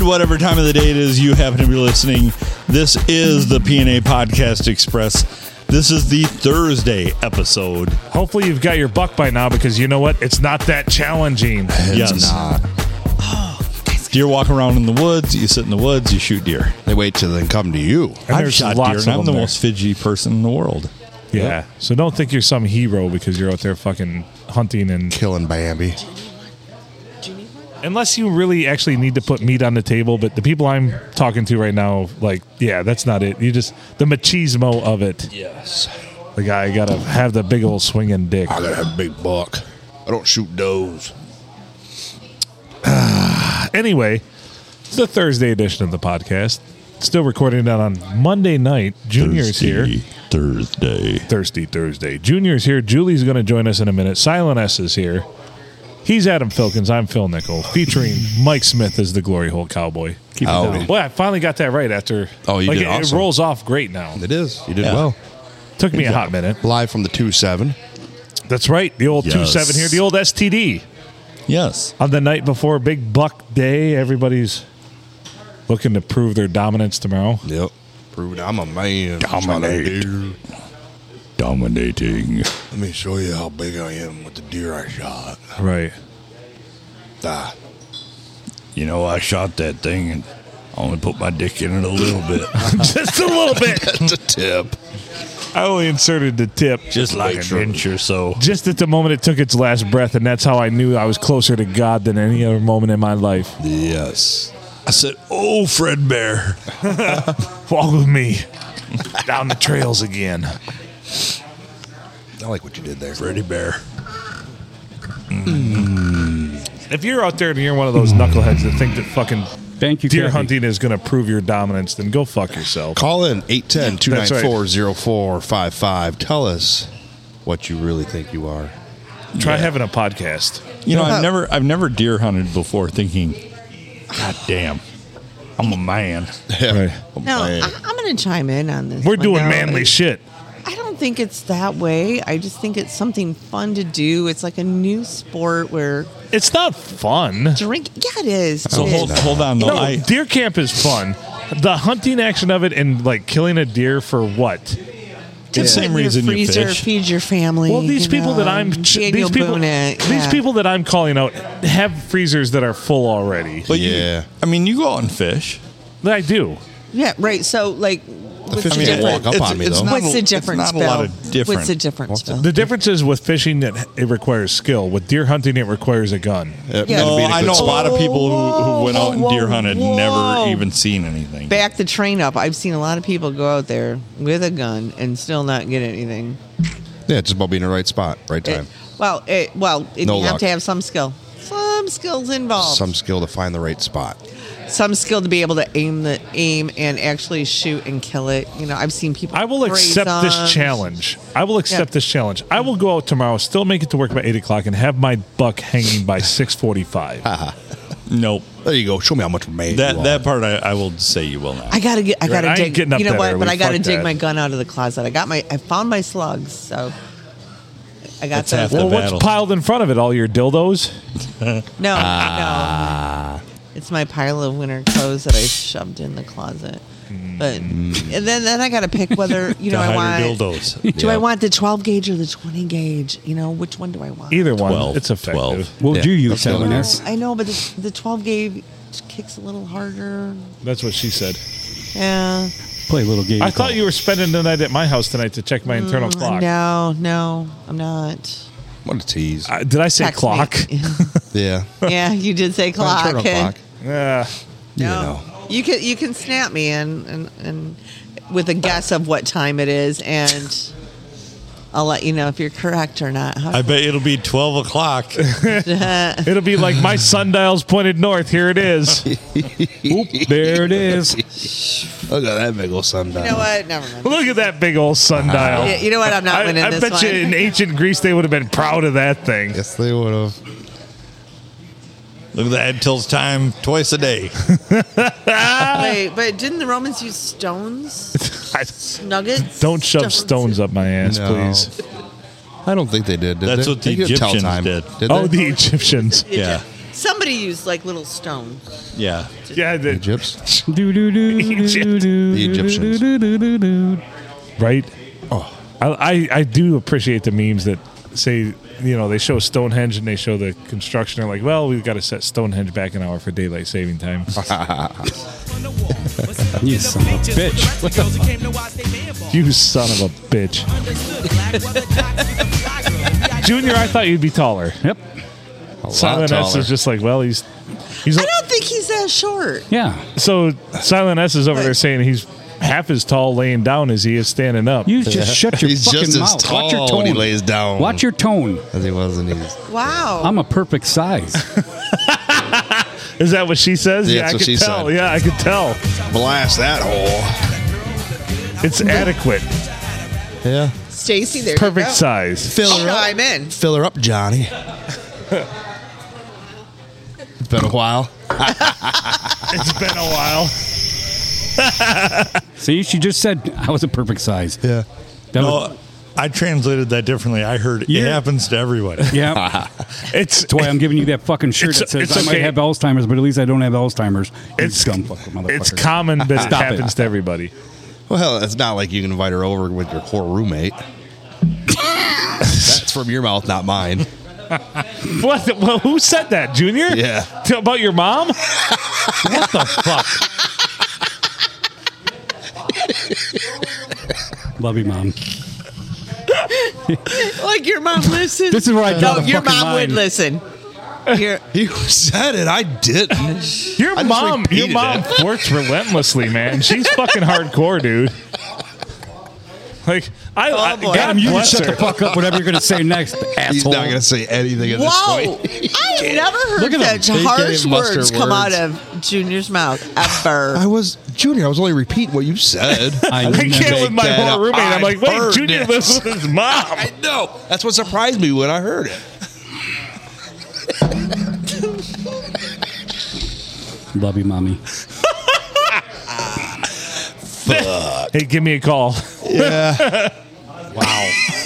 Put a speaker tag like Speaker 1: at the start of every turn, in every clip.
Speaker 1: whatever time of the day it is you happen to be listening, this is the PNA Podcast Express. This is the Thursday episode.
Speaker 2: Hopefully, you've got your buck by now because you know what? It's not that challenging.
Speaker 1: yes. Oh,
Speaker 3: Nah,
Speaker 1: Deer walk around in the woods, you sit in the woods, you shoot deer.
Speaker 3: they wait till they come to you.
Speaker 2: And
Speaker 1: I've
Speaker 2: there's
Speaker 1: shot
Speaker 2: lots
Speaker 1: deer,
Speaker 2: of
Speaker 1: and I'm
Speaker 2: them
Speaker 1: the
Speaker 2: there.
Speaker 1: most fidgety person in the world.
Speaker 2: Yeah. So don't think you're some hero because you're out there fucking hunting and
Speaker 3: Killing Bambi.
Speaker 2: unless you really actually need to put meat on the table. But the people I'm talking to right now, like, yeah, that's not it. You just the machismo of it.
Speaker 1: Yes.
Speaker 2: The guy gotta have the big old swinging dick.
Speaker 3: I gotta have a big buck. I don't shoot does.
Speaker 2: Anyway, it's the Thursday edition of the podcast. Still recording that on Monday night. Junior's here.
Speaker 1: Thursday.
Speaker 2: Thirsty Thursday. Junior's here. Julie's going to join us in a minute. Silent S is here. He's Adam Filkins. I'm Phil Nickel, featuring Mike Smith as the Glory Hole Cowboy. Keep
Speaker 3: Howdy. down.
Speaker 2: Well, I finally got that right after.
Speaker 3: Oh, you
Speaker 2: like,
Speaker 3: did
Speaker 2: it, it
Speaker 3: awesome.
Speaker 2: rolls off great now.
Speaker 3: It is. You did
Speaker 1: Yeah.
Speaker 3: well.
Speaker 2: Took me a hot minute.
Speaker 3: Live from the 2 7.
Speaker 2: That's right. The old
Speaker 1: Yes.
Speaker 2: two seven here, the old STD.
Speaker 1: Yes.
Speaker 2: On the night before Big Buck Day, everybody's looking to prove their dominance tomorrow.
Speaker 3: Yep. Proved I'm a man.
Speaker 1: Dominate. Dominating.
Speaker 3: Let me show you how big I am with the deer I shot.
Speaker 2: Right.
Speaker 3: Ah,
Speaker 1: You know, I shot that thing and I only put my dick in it a little bit.
Speaker 2: Just a little bit.
Speaker 3: that's a tip.
Speaker 2: I only inserted the tip.
Speaker 1: Just like an inch or so.
Speaker 2: just at the moment it took its last breath, and that's how I knew I was closer to God than any other moment in my life.
Speaker 3: Yes.
Speaker 1: I said, Oh, Fred Bear.
Speaker 2: Follow me down the trails again.
Speaker 3: I like what you did there.
Speaker 1: Freddy Bear.
Speaker 2: If you're out there and you're one of those knuckleheads that think that fucking
Speaker 4: Thank you,
Speaker 2: deer
Speaker 4: Kathy.
Speaker 2: hunting is going to prove your dominance, then go fuck yourself.
Speaker 3: Call in 810
Speaker 2: That's right.
Speaker 3: 294 0455. Tell us what you really think you are.
Speaker 2: Try having a podcast.
Speaker 1: You know,
Speaker 3: Yeah.
Speaker 1: I've never I've never deer hunted before thinking, God damn, I'm a man.
Speaker 5: No,
Speaker 3: Oh, Man.
Speaker 5: I, I'm going to chime in on this.
Speaker 2: We're
Speaker 5: one
Speaker 2: doing
Speaker 5: now.
Speaker 2: manly shit.
Speaker 5: I don't think it's that way. I just think it's something fun to do. It's like a new sport where
Speaker 2: It's not fun.
Speaker 5: drink. Yeah, it is.
Speaker 1: So
Speaker 5: It
Speaker 1: hold
Speaker 5: is.
Speaker 1: hold on though.
Speaker 2: No,
Speaker 1: I
Speaker 2: deer camp is fun. The hunting action of it and like killing a deer for what?
Speaker 5: To
Speaker 1: It's the
Speaker 5: put
Speaker 1: same
Speaker 5: in your
Speaker 1: reason you
Speaker 5: freezer,
Speaker 1: fish.
Speaker 5: feed your family.
Speaker 2: Well, these
Speaker 5: you
Speaker 2: people that
Speaker 5: know,
Speaker 2: I'm
Speaker 5: and
Speaker 2: ch-
Speaker 5: Diego
Speaker 2: these people
Speaker 5: Boone it,
Speaker 2: these
Speaker 5: yeah.
Speaker 2: people that I'm calling out have freezers that are full already.
Speaker 1: but you-
Speaker 3: Yeah.
Speaker 1: I mean you go out and fish.
Speaker 2: I do.
Speaker 5: Yeah, right. So like, what's
Speaker 3: fish
Speaker 5: the
Speaker 3: mean,
Speaker 1: it-
Speaker 3: walk
Speaker 5: difference?
Speaker 3: up
Speaker 1: it's-
Speaker 3: on me,
Speaker 1: it's
Speaker 3: though.
Speaker 1: not
Speaker 5: What's
Speaker 1: a-
Speaker 5: the difference?
Speaker 1: It's not a lot
Speaker 5: Bill?
Speaker 1: of difference.
Speaker 5: What's the difference? Bill?
Speaker 2: The difference is with fishing that it requires skill. With deer hunting, it requires a gun.
Speaker 3: It
Speaker 5: Yeah.
Speaker 3: might
Speaker 1: No,
Speaker 3: be a
Speaker 1: Oh, I
Speaker 3: good
Speaker 1: know a
Speaker 3: spot.
Speaker 1: lot of people who, who went out and
Speaker 5: Whoa,
Speaker 1: deer hunted and never
Speaker 5: whoa.
Speaker 1: even seen anything.
Speaker 5: Back the train up. I've seen a lot of people go out there with a gun and still not get anything.
Speaker 3: Yeah, it's about being in the right spot, right
Speaker 5: It-
Speaker 3: time.
Speaker 5: well, it, well, it,
Speaker 3: No
Speaker 5: you have
Speaker 3: luck.
Speaker 5: to have some skill. Some skills involved.
Speaker 3: Some skill to find the right spot.
Speaker 5: some skill to be able to aim the aim and actually shoot and kill it. You know, I've seen people.
Speaker 2: I will accept
Speaker 5: raise
Speaker 2: this
Speaker 5: on-
Speaker 2: challenge. I will accept
Speaker 5: Yeah.
Speaker 2: this challenge. I will go out tomorrow, still make it to work by eight o'clock, and have my buck hanging by six forty-five.
Speaker 1: Nope.
Speaker 3: There you go. Show me how much man
Speaker 1: That
Speaker 3: you
Speaker 1: that
Speaker 3: are.
Speaker 1: part I, I will say you will not.
Speaker 5: I gotta get. I
Speaker 2: You're right,
Speaker 5: gotta
Speaker 2: I ain't
Speaker 5: dig.
Speaker 2: getting up
Speaker 5: you know
Speaker 2: that
Speaker 5: what?
Speaker 2: early.
Speaker 5: But I gotta
Speaker 2: Fuck
Speaker 5: dig
Speaker 2: that.
Speaker 5: my gun out of the closet. I got my. I found my slugs. So I got
Speaker 1: That's half
Speaker 5: those.
Speaker 1: the
Speaker 2: Well,
Speaker 1: battle.
Speaker 2: what's piled in front of it? All your dildos?
Speaker 5: No,
Speaker 3: Ah.
Speaker 5: no. It's my pile of winter clothes that I shoved in the closet.
Speaker 2: Mm.
Speaker 5: But and then then I got to pick whether you know
Speaker 1: To
Speaker 5: I
Speaker 1: hide your
Speaker 5: want.
Speaker 1: dildos.
Speaker 5: Do
Speaker 3: Yeah.
Speaker 5: I want the 12 gauge or the 20 gauge? You know, which one do I want?
Speaker 2: Either one.
Speaker 1: Twelve.
Speaker 2: It's effective.
Speaker 1: Twelve.
Speaker 4: What would
Speaker 3: Yeah.
Speaker 4: you use,
Speaker 3: That's the other
Speaker 4: Silent
Speaker 3: one.
Speaker 4: S?
Speaker 5: I know, but the, the 12 gauge kicks a little harder.
Speaker 2: That's what she said.
Speaker 5: Yeah.
Speaker 4: Play a little game.
Speaker 2: I thought you were spending the night at my house tonight to check my internal clock.
Speaker 5: Mm, No, no, I'm not.
Speaker 3: What a tease.
Speaker 2: Uh, did I say
Speaker 5: Text
Speaker 2: clock?
Speaker 5: me.
Speaker 3: yeah.
Speaker 5: yeah, you did say clock.
Speaker 3: Turn on clock.
Speaker 2: Yeah.
Speaker 5: No, you can you can snap me and, and and with a guess of what time it is, and I'll let you know if you're correct or not. How-
Speaker 1: I bet it'll be twelve o'clock.
Speaker 2: It'll be like my sundial's pointed north. Here it is. Oop, there it is.
Speaker 3: Look at that big old sundown.
Speaker 5: you know what? Never mind.
Speaker 2: Look at that big old sundial.
Speaker 5: Yeah, You know what? I'm not
Speaker 2: I,
Speaker 5: winning
Speaker 2: I
Speaker 5: this
Speaker 2: bet
Speaker 5: one.
Speaker 2: you in ancient Greece they would have been proud of that thing.
Speaker 3: Yes, they would have.
Speaker 1: Look at that. It tells time twice a day.
Speaker 5: Wait, but didn't the Romans use stones,
Speaker 2: I-
Speaker 5: nuggets?
Speaker 2: don't shove stones up my ass,
Speaker 3: No.
Speaker 2: please.
Speaker 3: I don't think they did. did
Speaker 1: That's
Speaker 3: they?
Speaker 1: what the
Speaker 3: They did tell
Speaker 1: Egyptians
Speaker 3: time.
Speaker 1: did.
Speaker 3: Did
Speaker 2: Oh,
Speaker 3: they?
Speaker 2: the Egyptians.
Speaker 1: Yeah.
Speaker 5: Somebody used like little stones.
Speaker 1: Yeah.
Speaker 2: Yeah, the,
Speaker 3: Egypts.
Speaker 2: do, do, do,
Speaker 1: Egypt.
Speaker 3: The Egyptians.
Speaker 2: right? Oh, I, I I do appreciate the memes that say you know they show Stonehenge and they show the construction. They're like, well, we've got to set Stonehenge back an hour for daylight saving time.
Speaker 4: You son of a bitch.
Speaker 2: you son of a bitch, Junior. I thought you'd be taller.
Speaker 4: Yep.
Speaker 3: A lot
Speaker 2: Silent S
Speaker 3: taller.
Speaker 2: is just like, well, he's he's
Speaker 5: I don't think he's that short.
Speaker 4: Yeah.
Speaker 2: so Silent S is over there saying he's half as tall laying down as he is standing up.
Speaker 4: You just shut your
Speaker 3: He's
Speaker 4: fucking
Speaker 3: just as
Speaker 4: mouth. Watch your
Speaker 3: tall
Speaker 4: tone.
Speaker 3: when he lays down.
Speaker 4: Watch your tone.
Speaker 3: as he was in his.
Speaker 5: Wow.
Speaker 4: I'm a perfect size.
Speaker 2: is that what she says?
Speaker 3: Yeah,
Speaker 2: I
Speaker 3: that's
Speaker 2: could
Speaker 3: what she
Speaker 2: tell.
Speaker 3: said.
Speaker 2: Yeah, I could tell.
Speaker 3: Blast that hole.
Speaker 2: It's adequate,
Speaker 3: Yeah.
Speaker 5: Stacy, there
Speaker 2: perfect
Speaker 5: you go.
Speaker 2: size.
Speaker 3: Fill her up.
Speaker 5: Chime in.
Speaker 3: Fill her up, Johnny. it's been a while.
Speaker 2: It's been a while.
Speaker 4: See, she just said I was a perfect size.
Speaker 3: Yeah.
Speaker 4: That was-
Speaker 1: No, I translated that differently. I heard it
Speaker 4: Yeah.
Speaker 1: happens to everybody.
Speaker 4: yeah.
Speaker 2: It's
Speaker 4: That's why I'm giving you that fucking shirt
Speaker 2: It's-
Speaker 4: that says
Speaker 2: it's
Speaker 4: I
Speaker 2: okay.
Speaker 4: might have Alzheimer's, but at least I don't have Alzheimer's. You
Speaker 2: It's-
Speaker 4: scum fucking motherfucker.
Speaker 2: it's common that it
Speaker 4: Stop it.
Speaker 2: happens to everybody.
Speaker 3: Well, it's not like you can invite her over with your poor roommate. That's from your mouth, not mine.
Speaker 2: What? The, well, who said that, Junior?
Speaker 3: Yeah.
Speaker 2: T- about your mom? what the fuck?
Speaker 4: Love you, mom.
Speaker 5: Like your mom listens.
Speaker 4: This is where I draw
Speaker 5: No,
Speaker 4: the
Speaker 5: your
Speaker 4: fucking
Speaker 5: mom would
Speaker 4: line.
Speaker 5: listen. Your,
Speaker 3: You said it. I didn't.
Speaker 2: Your
Speaker 3: I just
Speaker 2: mom. Your
Speaker 3: repeated
Speaker 2: mom works relentlessly, man. She's fucking hardcore, dude. Like I, I
Speaker 5: boy.
Speaker 2: God
Speaker 4: Adam, you
Speaker 2: bless
Speaker 4: just shut
Speaker 2: her.
Speaker 4: the fuck up. Whatever you're going to say next, asshole.
Speaker 3: He's not going to say anything at this
Speaker 5: whoa!
Speaker 3: point.
Speaker 5: I have never heard
Speaker 3: Look at him.
Speaker 5: such
Speaker 3: He can't
Speaker 5: harsh
Speaker 3: even muster
Speaker 5: words come out
Speaker 3: words.
Speaker 5: of Junior's mouth ever.
Speaker 3: I was Junior. I was only repeating what you said.
Speaker 4: I
Speaker 2: I can't
Speaker 4: never-
Speaker 2: with my
Speaker 3: that up.
Speaker 2: poor roommate. I'm
Speaker 3: I
Speaker 2: like, wait,
Speaker 3: heard
Speaker 2: Junior
Speaker 3: it.
Speaker 2: lives with his mom.
Speaker 3: I know. That's what surprised me when I heard it.
Speaker 4: Love you, mommy.
Speaker 2: Hey, give me a call.
Speaker 3: Wow.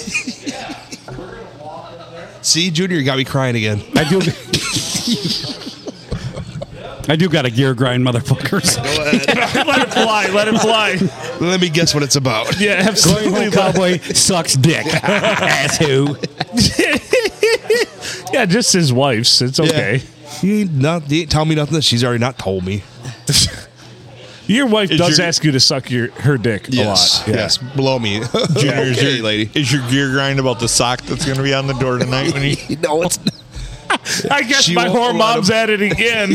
Speaker 3: See, Junior you got me crying again.
Speaker 4: I do. I do got a gear grind, motherfuckers.
Speaker 2: let it fly. Let it fly.
Speaker 3: Let me guess what it's about.
Speaker 2: Yeah, absolutely.
Speaker 4: Cowboy sucks dick. Asshole.
Speaker 2: yeah, just his wife's. It's okay.
Speaker 3: You ain't, not, you ain't tell me nothing that she's already not told me.
Speaker 2: Your wife
Speaker 1: Is
Speaker 2: does
Speaker 1: your-
Speaker 2: ask you to suck your her dick a lot. Yeah.
Speaker 3: Yes. Blow me.
Speaker 1: Junior,
Speaker 3: Junior,
Speaker 1: is
Speaker 3: okay,
Speaker 1: your,
Speaker 3: lady.
Speaker 1: Is your gear grind about the sock that's going to be on the door tonight when you
Speaker 3: No, it's not.
Speaker 2: I guess
Speaker 3: She
Speaker 2: my whore
Speaker 3: won't let
Speaker 2: mom's at it again.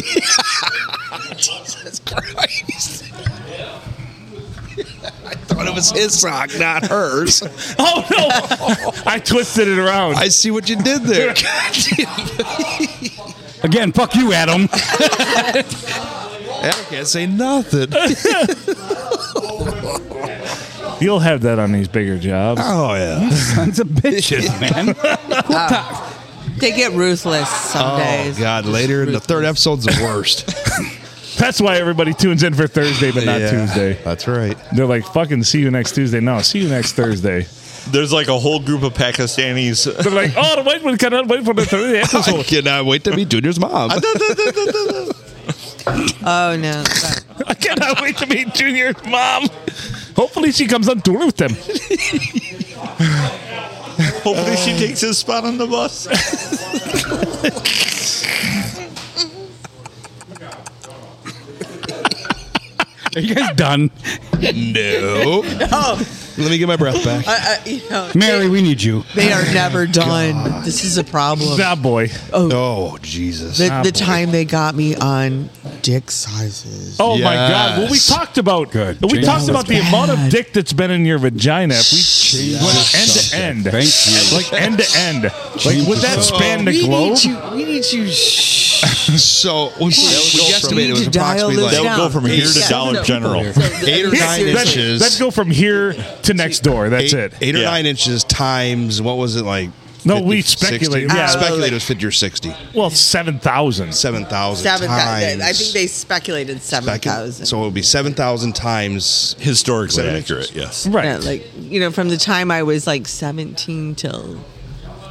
Speaker 3: Jesus Christ. I thought it was his sock, not hers.
Speaker 2: oh no! I twisted it around.
Speaker 3: I see what you did there.
Speaker 4: Again, fuck you, Adam.
Speaker 3: I can't say nothing.
Speaker 2: You'll have that on these bigger jobs.
Speaker 3: Oh, yeah.
Speaker 4: Sons of bitches, man.
Speaker 5: They get ruthless some
Speaker 3: Oh,
Speaker 5: days.
Speaker 3: God. Later in the third episode's the worst.
Speaker 2: That's why everybody tunes in for Thursday, but not
Speaker 3: Yeah,
Speaker 2: Tuesday.
Speaker 3: That's right.
Speaker 2: They're like, "Fucking see you next Tuesday." No, see you next Thursday.
Speaker 1: There's like a whole group of Pakistanis.
Speaker 2: They're like, "Oh, wait, we cannot wait for the Thursday
Speaker 3: I
Speaker 2: episode."
Speaker 3: cannot wait to be Junior's mom.
Speaker 5: Oh no!
Speaker 2: I cannot wait to meet Junior's mom. Hopefully, she comes on tour with them.
Speaker 1: Hopefully, she takes his spot on the bus.
Speaker 4: Are you guys done?
Speaker 3: no. Let me get my breath back.
Speaker 5: Uh, Oh, you know,
Speaker 4: Mary, we need you.
Speaker 5: they are never done. This is a problem.
Speaker 2: Nah, boy.
Speaker 3: Oh, Jesus.
Speaker 5: The, the time they got me on dick sizes.
Speaker 2: Oh my God! Well, we
Speaker 3: Yes.
Speaker 2: talked about
Speaker 4: Good.
Speaker 2: We
Speaker 4: Jesus.
Speaker 2: talked
Speaker 4: That
Speaker 2: about the
Speaker 5: was
Speaker 2: amount of
Speaker 5: bad.
Speaker 2: dick that's been in your vagina. If we went end to end,
Speaker 4: Thank you.
Speaker 2: like end to end, like would that
Speaker 4: Jesus.
Speaker 2: span the
Speaker 5: we
Speaker 2: globe?
Speaker 5: need you. We need you. Shh.
Speaker 3: So we, we estimated it was
Speaker 5: to dial
Speaker 3: approximately
Speaker 5: this
Speaker 1: That
Speaker 3: like
Speaker 1: would
Speaker 5: down.
Speaker 1: go from here to
Speaker 5: Yeah.
Speaker 1: Dollar General.
Speaker 3: eight or nine
Speaker 5: Seriously.
Speaker 2: That-
Speaker 3: inches.
Speaker 2: Let's go from here to next door. That's
Speaker 3: eight,
Speaker 2: it.
Speaker 3: Eight or
Speaker 1: Yeah.
Speaker 3: nine inches times what was it like?
Speaker 2: No, we
Speaker 3: 60?
Speaker 2: speculated, yeah.
Speaker 3: speculated it was fifty or sixty.
Speaker 2: Well, seven thousand.
Speaker 3: Seven thousand.
Speaker 5: Seven
Speaker 3: times.
Speaker 5: thousand. I think they speculated seven thousand.
Speaker 3: So it would be seven thousand times.
Speaker 1: Historically
Speaker 3: Seven
Speaker 1: accurate, yes.
Speaker 2: Right.
Speaker 5: Yeah, like you know, from the time I was like seventeen till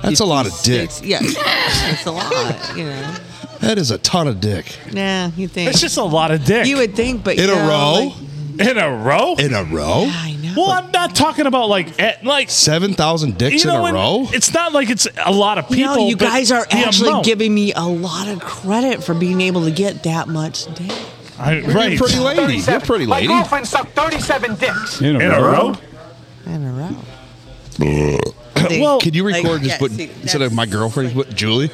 Speaker 3: That's a lot of dick.
Speaker 5: six. Yeah, that's a lot. You know,
Speaker 3: That is a ton of dick.
Speaker 5: Nah, you think
Speaker 2: It's just a lot of dick
Speaker 5: you would think, but
Speaker 3: In
Speaker 5: you
Speaker 3: a
Speaker 5: know,
Speaker 3: row?
Speaker 5: like-
Speaker 2: in a row.
Speaker 3: In a row?
Speaker 5: I know.
Speaker 2: well, I'm not talking about like at, like
Speaker 3: 7,000 dicks
Speaker 2: you know
Speaker 3: in a
Speaker 2: when-
Speaker 3: row?
Speaker 2: It's not like it's a lot of people.
Speaker 5: no, you
Speaker 2: but
Speaker 5: guys are
Speaker 2: the
Speaker 5: actually
Speaker 2: amount.
Speaker 5: giving me a lot of credit for being able to get that much dick.
Speaker 2: I, right
Speaker 3: pretty lady. You're a pretty lady.
Speaker 6: My girlfriend sucked 37 dicks.
Speaker 4: In
Speaker 2: in a row.
Speaker 5: in a row.
Speaker 2: Well,
Speaker 3: Can you record
Speaker 5: Like,
Speaker 3: just
Speaker 5: yeah,
Speaker 3: put,
Speaker 5: see,
Speaker 3: instead of
Speaker 5: that's-
Speaker 3: my girlfriend, just put Julie?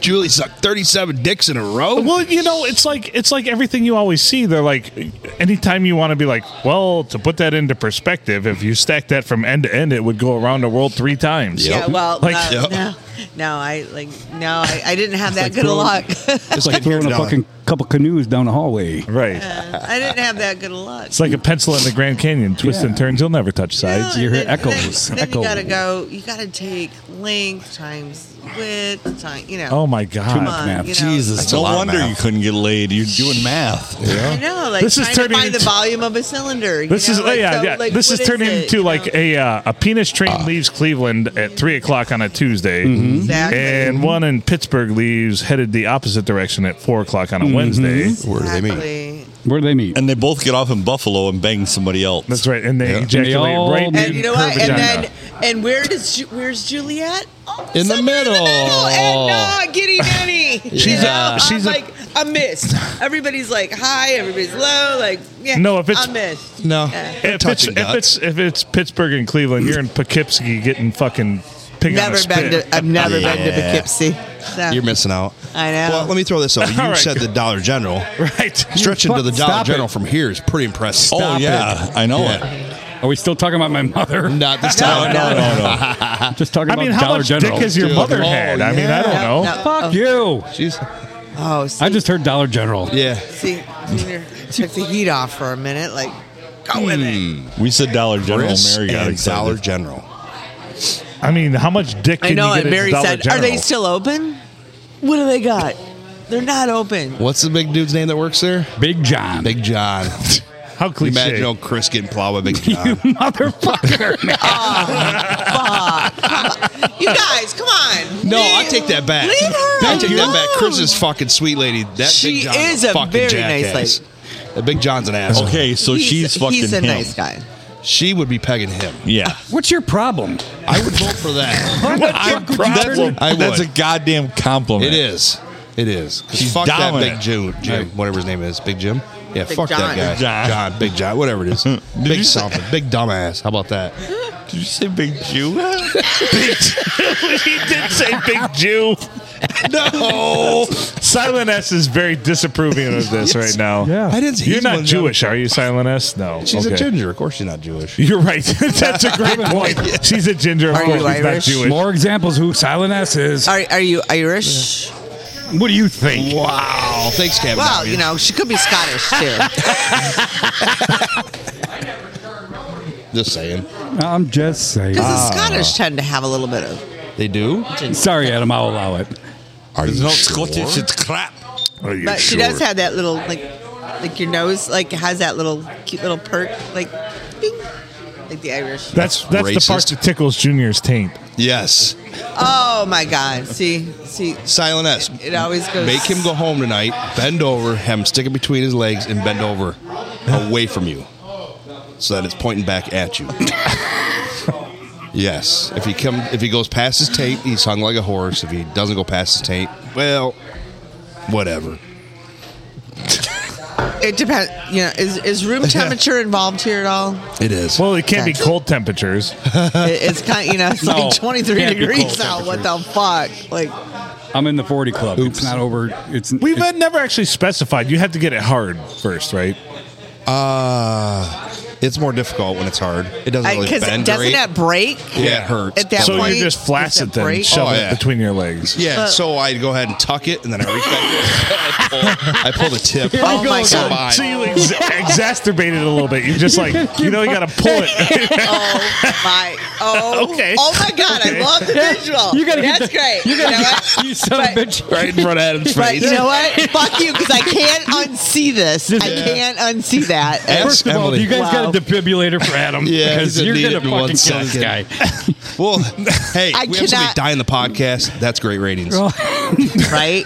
Speaker 3: Julie sucked 37 dicks in a row?
Speaker 2: Well, you know, it's like it's like everything you always see. They're like, anytime you want to be like, well, to put that into perspective, if you stack that from end to end, it would go around the world three times.
Speaker 5: Yeah, well,
Speaker 2: Like-
Speaker 5: uh,
Speaker 3: Yep.
Speaker 5: no, no, I like no, I, I didn't have that good a luck.
Speaker 3: It's like
Speaker 4: Throwing a
Speaker 3: no.
Speaker 4: fucking couple canoes down the hallway.
Speaker 2: Right.
Speaker 5: I didn't have that good a luck.
Speaker 2: It's like a pencil in the Grand Canyon. Twist and
Speaker 4: Yeah.
Speaker 2: turns. You'll never touch sides.
Speaker 5: No,
Speaker 4: you
Speaker 5: and
Speaker 4: hear
Speaker 5: then-
Speaker 4: echoes,
Speaker 5: Then, then you
Speaker 4: echoes.
Speaker 5: gotta go. You gotta take length times width time. You know.
Speaker 2: Oh my
Speaker 4: Too
Speaker 2: god.
Speaker 4: much
Speaker 5: on,
Speaker 4: math.
Speaker 5: you know,
Speaker 3: Jesus. it's a
Speaker 1: No
Speaker 3: lot of
Speaker 1: wonder
Speaker 3: math.
Speaker 1: you couldn't get laid. You're doing math.
Speaker 5: I know. Like
Speaker 2: This is
Speaker 5: trying
Speaker 2: turning
Speaker 5: to find
Speaker 2: into-
Speaker 5: the volume of a cylinder. you
Speaker 2: This
Speaker 5: know,
Speaker 2: is
Speaker 5: like,
Speaker 2: yeah,
Speaker 5: so,
Speaker 2: yeah.
Speaker 5: like,
Speaker 2: this is
Speaker 5: what
Speaker 2: turning
Speaker 5: it,
Speaker 2: into
Speaker 5: you
Speaker 2: like
Speaker 5: know?
Speaker 2: a uh, a penis train leaves Cleveland at three o'clock on a Tuesday,
Speaker 5: Exactly.
Speaker 2: and one in Pittsburgh leaves headed the opposite direction at four o'clock on a Wednesday.
Speaker 3: Where do they meet?
Speaker 5: Exactly.
Speaker 4: Where do they meet?
Speaker 1: And they both get off in Buffalo and bang somebody else.
Speaker 2: That's right, and they
Speaker 3: Yeah.
Speaker 2: ejaculate
Speaker 4: And they all
Speaker 2: right.
Speaker 4: meet-
Speaker 2: in
Speaker 5: And you know what?
Speaker 2: her
Speaker 5: And
Speaker 2: vagina.
Speaker 5: then and where does Ju- where's Juliet? Oh,
Speaker 3: In the
Speaker 5: somewhere
Speaker 3: middle.
Speaker 5: and not getty nanny. she's
Speaker 2: She's
Speaker 5: you
Speaker 2: a-
Speaker 5: know? I'm
Speaker 2: she's a-
Speaker 5: like a mist. Everybody's like high, everybody's low. Like yeah.
Speaker 2: No, if it's-
Speaker 5: a mist.
Speaker 3: No.
Speaker 5: Yeah.
Speaker 2: if it's,
Speaker 3: touching
Speaker 2: if
Speaker 3: nuts.
Speaker 2: it's if it's Pittsburgh and Cleveland, you're in Poughkeepsie getting fucking pig on a
Speaker 5: Never been
Speaker 2: spit.
Speaker 5: to. I've never been to
Speaker 3: Yeah.
Speaker 5: Poughkeepsie. So.
Speaker 3: You're missing out.
Speaker 5: I know.
Speaker 3: Well, let me throw this over. You
Speaker 2: All right,
Speaker 3: said the Dollar General.
Speaker 2: right.
Speaker 3: Stretching to the
Speaker 4: Stop
Speaker 3: Dollar
Speaker 4: it.
Speaker 3: General from here is pretty impressive.
Speaker 1: oh yeah, I know it.
Speaker 4: Are we still talking about my mother?
Speaker 3: Not this
Speaker 1: No,
Speaker 3: time.
Speaker 1: no, no, no.
Speaker 4: Just talking
Speaker 2: I
Speaker 4: about
Speaker 2: mean, how
Speaker 4: Dollar
Speaker 2: much
Speaker 4: General.
Speaker 2: dick has your
Speaker 3: Dude,
Speaker 2: mother
Speaker 3: oh,
Speaker 2: had? I mean, I
Speaker 3: yeah.
Speaker 2: don't know.
Speaker 5: No,
Speaker 4: Fuck
Speaker 5: oh,
Speaker 4: you.
Speaker 3: Jeez.
Speaker 5: Oh, see,
Speaker 4: I just heard Dollar General.
Speaker 3: Yeah.
Speaker 5: see, Junior took the heat off for a minute. Like, go with it.
Speaker 1: We said Dollar General.
Speaker 3: Chris
Speaker 1: Mary got
Speaker 3: and
Speaker 1: excited.
Speaker 3: Dollar General.
Speaker 2: I mean, how much dick can
Speaker 5: I know.
Speaker 2: you get
Speaker 5: And
Speaker 2: at
Speaker 5: Barry
Speaker 2: Dollar
Speaker 5: said,
Speaker 2: General?
Speaker 5: "Are they still open? What do they got? They're not open."
Speaker 3: What's the big dude's name that works there?
Speaker 4: Big John.
Speaker 3: Big John.
Speaker 2: how cliche?
Speaker 3: Imagine old Chris getting plowed by Big John.
Speaker 4: motherfucker, man.
Speaker 5: You guys, come on.
Speaker 3: no,
Speaker 5: Leave-
Speaker 3: I take that back.
Speaker 5: Leave her
Speaker 3: I take that
Speaker 5: alone.
Speaker 3: back. Chris is fucking sweet lady. That
Speaker 5: She
Speaker 3: Big John's
Speaker 5: is a
Speaker 3: fucking
Speaker 5: very nice
Speaker 3: jackass. That Big John's an asshole.
Speaker 1: Okay, so
Speaker 5: He's-
Speaker 1: she's fucking
Speaker 5: He's a
Speaker 1: him.
Speaker 5: nice guy.
Speaker 3: She would be pegging him.
Speaker 1: Yeah,
Speaker 4: What's your problem?
Speaker 3: I would vote for that.
Speaker 1: that's, a,
Speaker 3: I would.
Speaker 1: that's a goddamn compliment.
Speaker 3: it is. It is. 'Cause
Speaker 1: She's
Speaker 3: fuck that
Speaker 1: dominant.
Speaker 3: Big Jim, Jim, whatever his name is. Big Jim? Yeah,
Speaker 5: Big
Speaker 3: fuck that
Speaker 5: John.
Speaker 3: guy.
Speaker 1: Big John.
Speaker 3: John, Big John, whatever it is.
Speaker 1: you
Speaker 3: big
Speaker 1: say-
Speaker 3: something. Big dumbass. How about that?
Speaker 1: Did you say big Jew?
Speaker 2: he did say big Jew.
Speaker 3: No!
Speaker 2: Silent S is very disapproving of this right now.
Speaker 4: Yeah.
Speaker 3: I didn't see
Speaker 2: You're
Speaker 3: he's one
Speaker 2: not
Speaker 3: of the other-
Speaker 2: Jewish, are you, Silent S? No.
Speaker 3: She's
Speaker 2: Okay.
Speaker 3: a ginger. Of course she's not Jewish.
Speaker 2: You're right. That's a great point. She's a ginger. Of
Speaker 5: Are
Speaker 2: course,
Speaker 5: you
Speaker 2: she's not
Speaker 5: Irish?
Speaker 2: Jewish.
Speaker 4: More examples who Silent S is.
Speaker 5: Are, are you Irish?
Speaker 4: What do you think?
Speaker 3: Wow. Thanks, Kevin.
Speaker 5: Well, you know, she could be Scottish too.
Speaker 3: Just saying.
Speaker 4: I'm just saying.
Speaker 5: Because the Scottish tend to have a little bit of.
Speaker 3: They do?
Speaker 4: Sorry, Adam, I'll allow it.
Speaker 3: Are you
Speaker 1: No,
Speaker 3: sure?
Speaker 1: Scottish. It's crap.
Speaker 2: Are you
Speaker 5: But she
Speaker 2: sure?
Speaker 5: does have that little like, like your nose like has that little cute little perk like, ding, like the Irish.
Speaker 2: That's that's the part
Speaker 3: Racist.
Speaker 2: that tickles Junior's taint.
Speaker 3: Yes.
Speaker 5: Oh my God! See, see,
Speaker 3: Silent S.
Speaker 5: it always goes.
Speaker 3: Make him go home tonight, bend over, have him stick it between his legs, and bend over away from you so that it's pointing back at you. yes. If he come, if he goes past his taint, he's hung like a horse. If he doesn't go past his taint, well, whatever.
Speaker 5: It depends. You know, is is room temperature involved here at all?
Speaker 3: It is.
Speaker 2: Well, it can't be
Speaker 5: Gotcha.
Speaker 2: cold temperatures.
Speaker 5: It, it's kind. You know, it's
Speaker 4: No,
Speaker 5: like twenty three
Speaker 4: can't be
Speaker 5: degrees
Speaker 4: cold
Speaker 5: out. What the fuck? Like,
Speaker 4: I'm in the 40 club. It's not over. It's
Speaker 2: We've
Speaker 4: it's,
Speaker 2: had never actually specified. You have to get it hard first, right?
Speaker 3: uh, it's more difficult when it's hard. It doesn't really
Speaker 5: because
Speaker 3: bend
Speaker 5: doesn't
Speaker 3: great.
Speaker 5: that break?
Speaker 3: yeah, it hurts.
Speaker 5: At that
Speaker 2: so
Speaker 5: point-
Speaker 2: you just flaccid
Speaker 5: does it
Speaker 2: then,
Speaker 5: break?
Speaker 2: shove
Speaker 3: Oh,
Speaker 2: it
Speaker 3: yeah.
Speaker 2: between your legs.
Speaker 3: Yeah,
Speaker 5: But-
Speaker 3: so I go ahead and tuck it, and then I reach back. I pull, I pull the tip.
Speaker 5: Oh my
Speaker 3: So
Speaker 5: God.
Speaker 3: mine-
Speaker 2: So you ex- exaccerbate it a little bit. You're just like, you know, you got to pull it.
Speaker 5: Oh my! Oh,
Speaker 2: Okay.
Speaker 5: oh my God! I love the visual.
Speaker 4: you gotta get
Speaker 5: That's
Speaker 4: that-
Speaker 5: great. You, know what?
Speaker 4: you son of a
Speaker 5: But-
Speaker 4: bitch.
Speaker 3: right in front of Adam's
Speaker 5: But
Speaker 3: face.
Speaker 5: you know what? Fuck you, because I can't unsee this. I
Speaker 4: Yeah.
Speaker 5: can't unsee that.
Speaker 3: Ask
Speaker 4: First of all,
Speaker 3: Emily.
Speaker 4: you guys got
Speaker 5: go.
Speaker 4: the defibrillator for Adam.
Speaker 3: Yeah,
Speaker 4: because
Speaker 3: he's
Speaker 4: you're
Speaker 3: gonna need
Speaker 4: gonna
Speaker 3: it in
Speaker 4: fucking
Speaker 3: one
Speaker 4: kill this guy.
Speaker 3: second. Well, hey,
Speaker 5: I
Speaker 3: we have somebody
Speaker 5: cannot-
Speaker 3: die in the podcast. That's great ratings.
Speaker 5: right?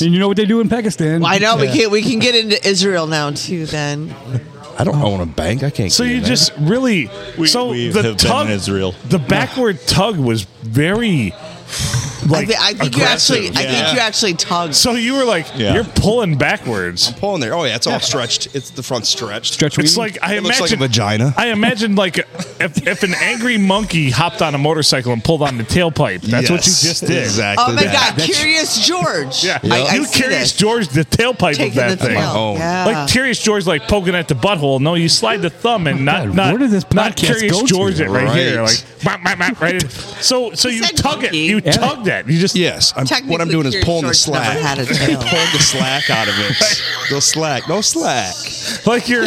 Speaker 4: and you know what they do in Pakistan?
Speaker 5: I know we can we can get into Israel now too. Then
Speaker 3: I don't own a bank. I can't.
Speaker 2: So
Speaker 3: get
Speaker 2: you
Speaker 3: in there.
Speaker 2: just really
Speaker 1: We-
Speaker 2: so
Speaker 1: we
Speaker 2: the
Speaker 1: have been
Speaker 2: tug
Speaker 1: in Israel.
Speaker 2: The backward tug was very
Speaker 5: I,
Speaker 2: like
Speaker 5: thi- I think you
Speaker 2: aggressive.
Speaker 5: actually I
Speaker 3: yeah.
Speaker 5: think you actually tugged.
Speaker 2: so you were like
Speaker 1: Yeah.
Speaker 2: you're pulling backwards.
Speaker 3: pulling there. Oh yeah, it's all stretched. It's the front stretched.
Speaker 4: Stretch
Speaker 2: It's
Speaker 4: weed?
Speaker 2: like I
Speaker 3: It looks
Speaker 2: imagine
Speaker 3: like a vagina.
Speaker 2: I imagine like if, if an angry monkey hopped on a motorcycle and pulled on the tailpipe. That's what you
Speaker 3: Yes,
Speaker 2: just did.
Speaker 3: Exactly.
Speaker 5: oh my
Speaker 3: that.
Speaker 5: God, Curious George.
Speaker 2: Yeah,
Speaker 5: I, I
Speaker 2: you
Speaker 5: see
Speaker 2: curious
Speaker 5: this.
Speaker 2: George the tailpipe
Speaker 5: taking
Speaker 2: of that
Speaker 5: the
Speaker 2: thing. Oh.
Speaker 5: tail.
Speaker 3: own.
Speaker 5: Yeah.
Speaker 2: Like Curious George, like poking at the butthole. No, you slide the thumb and not
Speaker 4: Oh, God,
Speaker 2: not
Speaker 4: where did this
Speaker 2: not
Speaker 4: podcast
Speaker 2: Curious
Speaker 4: go to?
Speaker 2: George it right,
Speaker 3: Right.
Speaker 2: here. Like bop, bop, bop, right. in. So so you
Speaker 5: said
Speaker 2: tug it.
Speaker 5: monkey.
Speaker 2: You tug that. You just
Speaker 3: Yes. I'm,
Speaker 5: Technically,
Speaker 3: what I'm doing is
Speaker 5: Curious
Speaker 3: pulling the
Speaker 5: George never
Speaker 3: slack.
Speaker 5: had a tail.
Speaker 3: pulling the slack out of it. the slack. No slack.
Speaker 2: like you're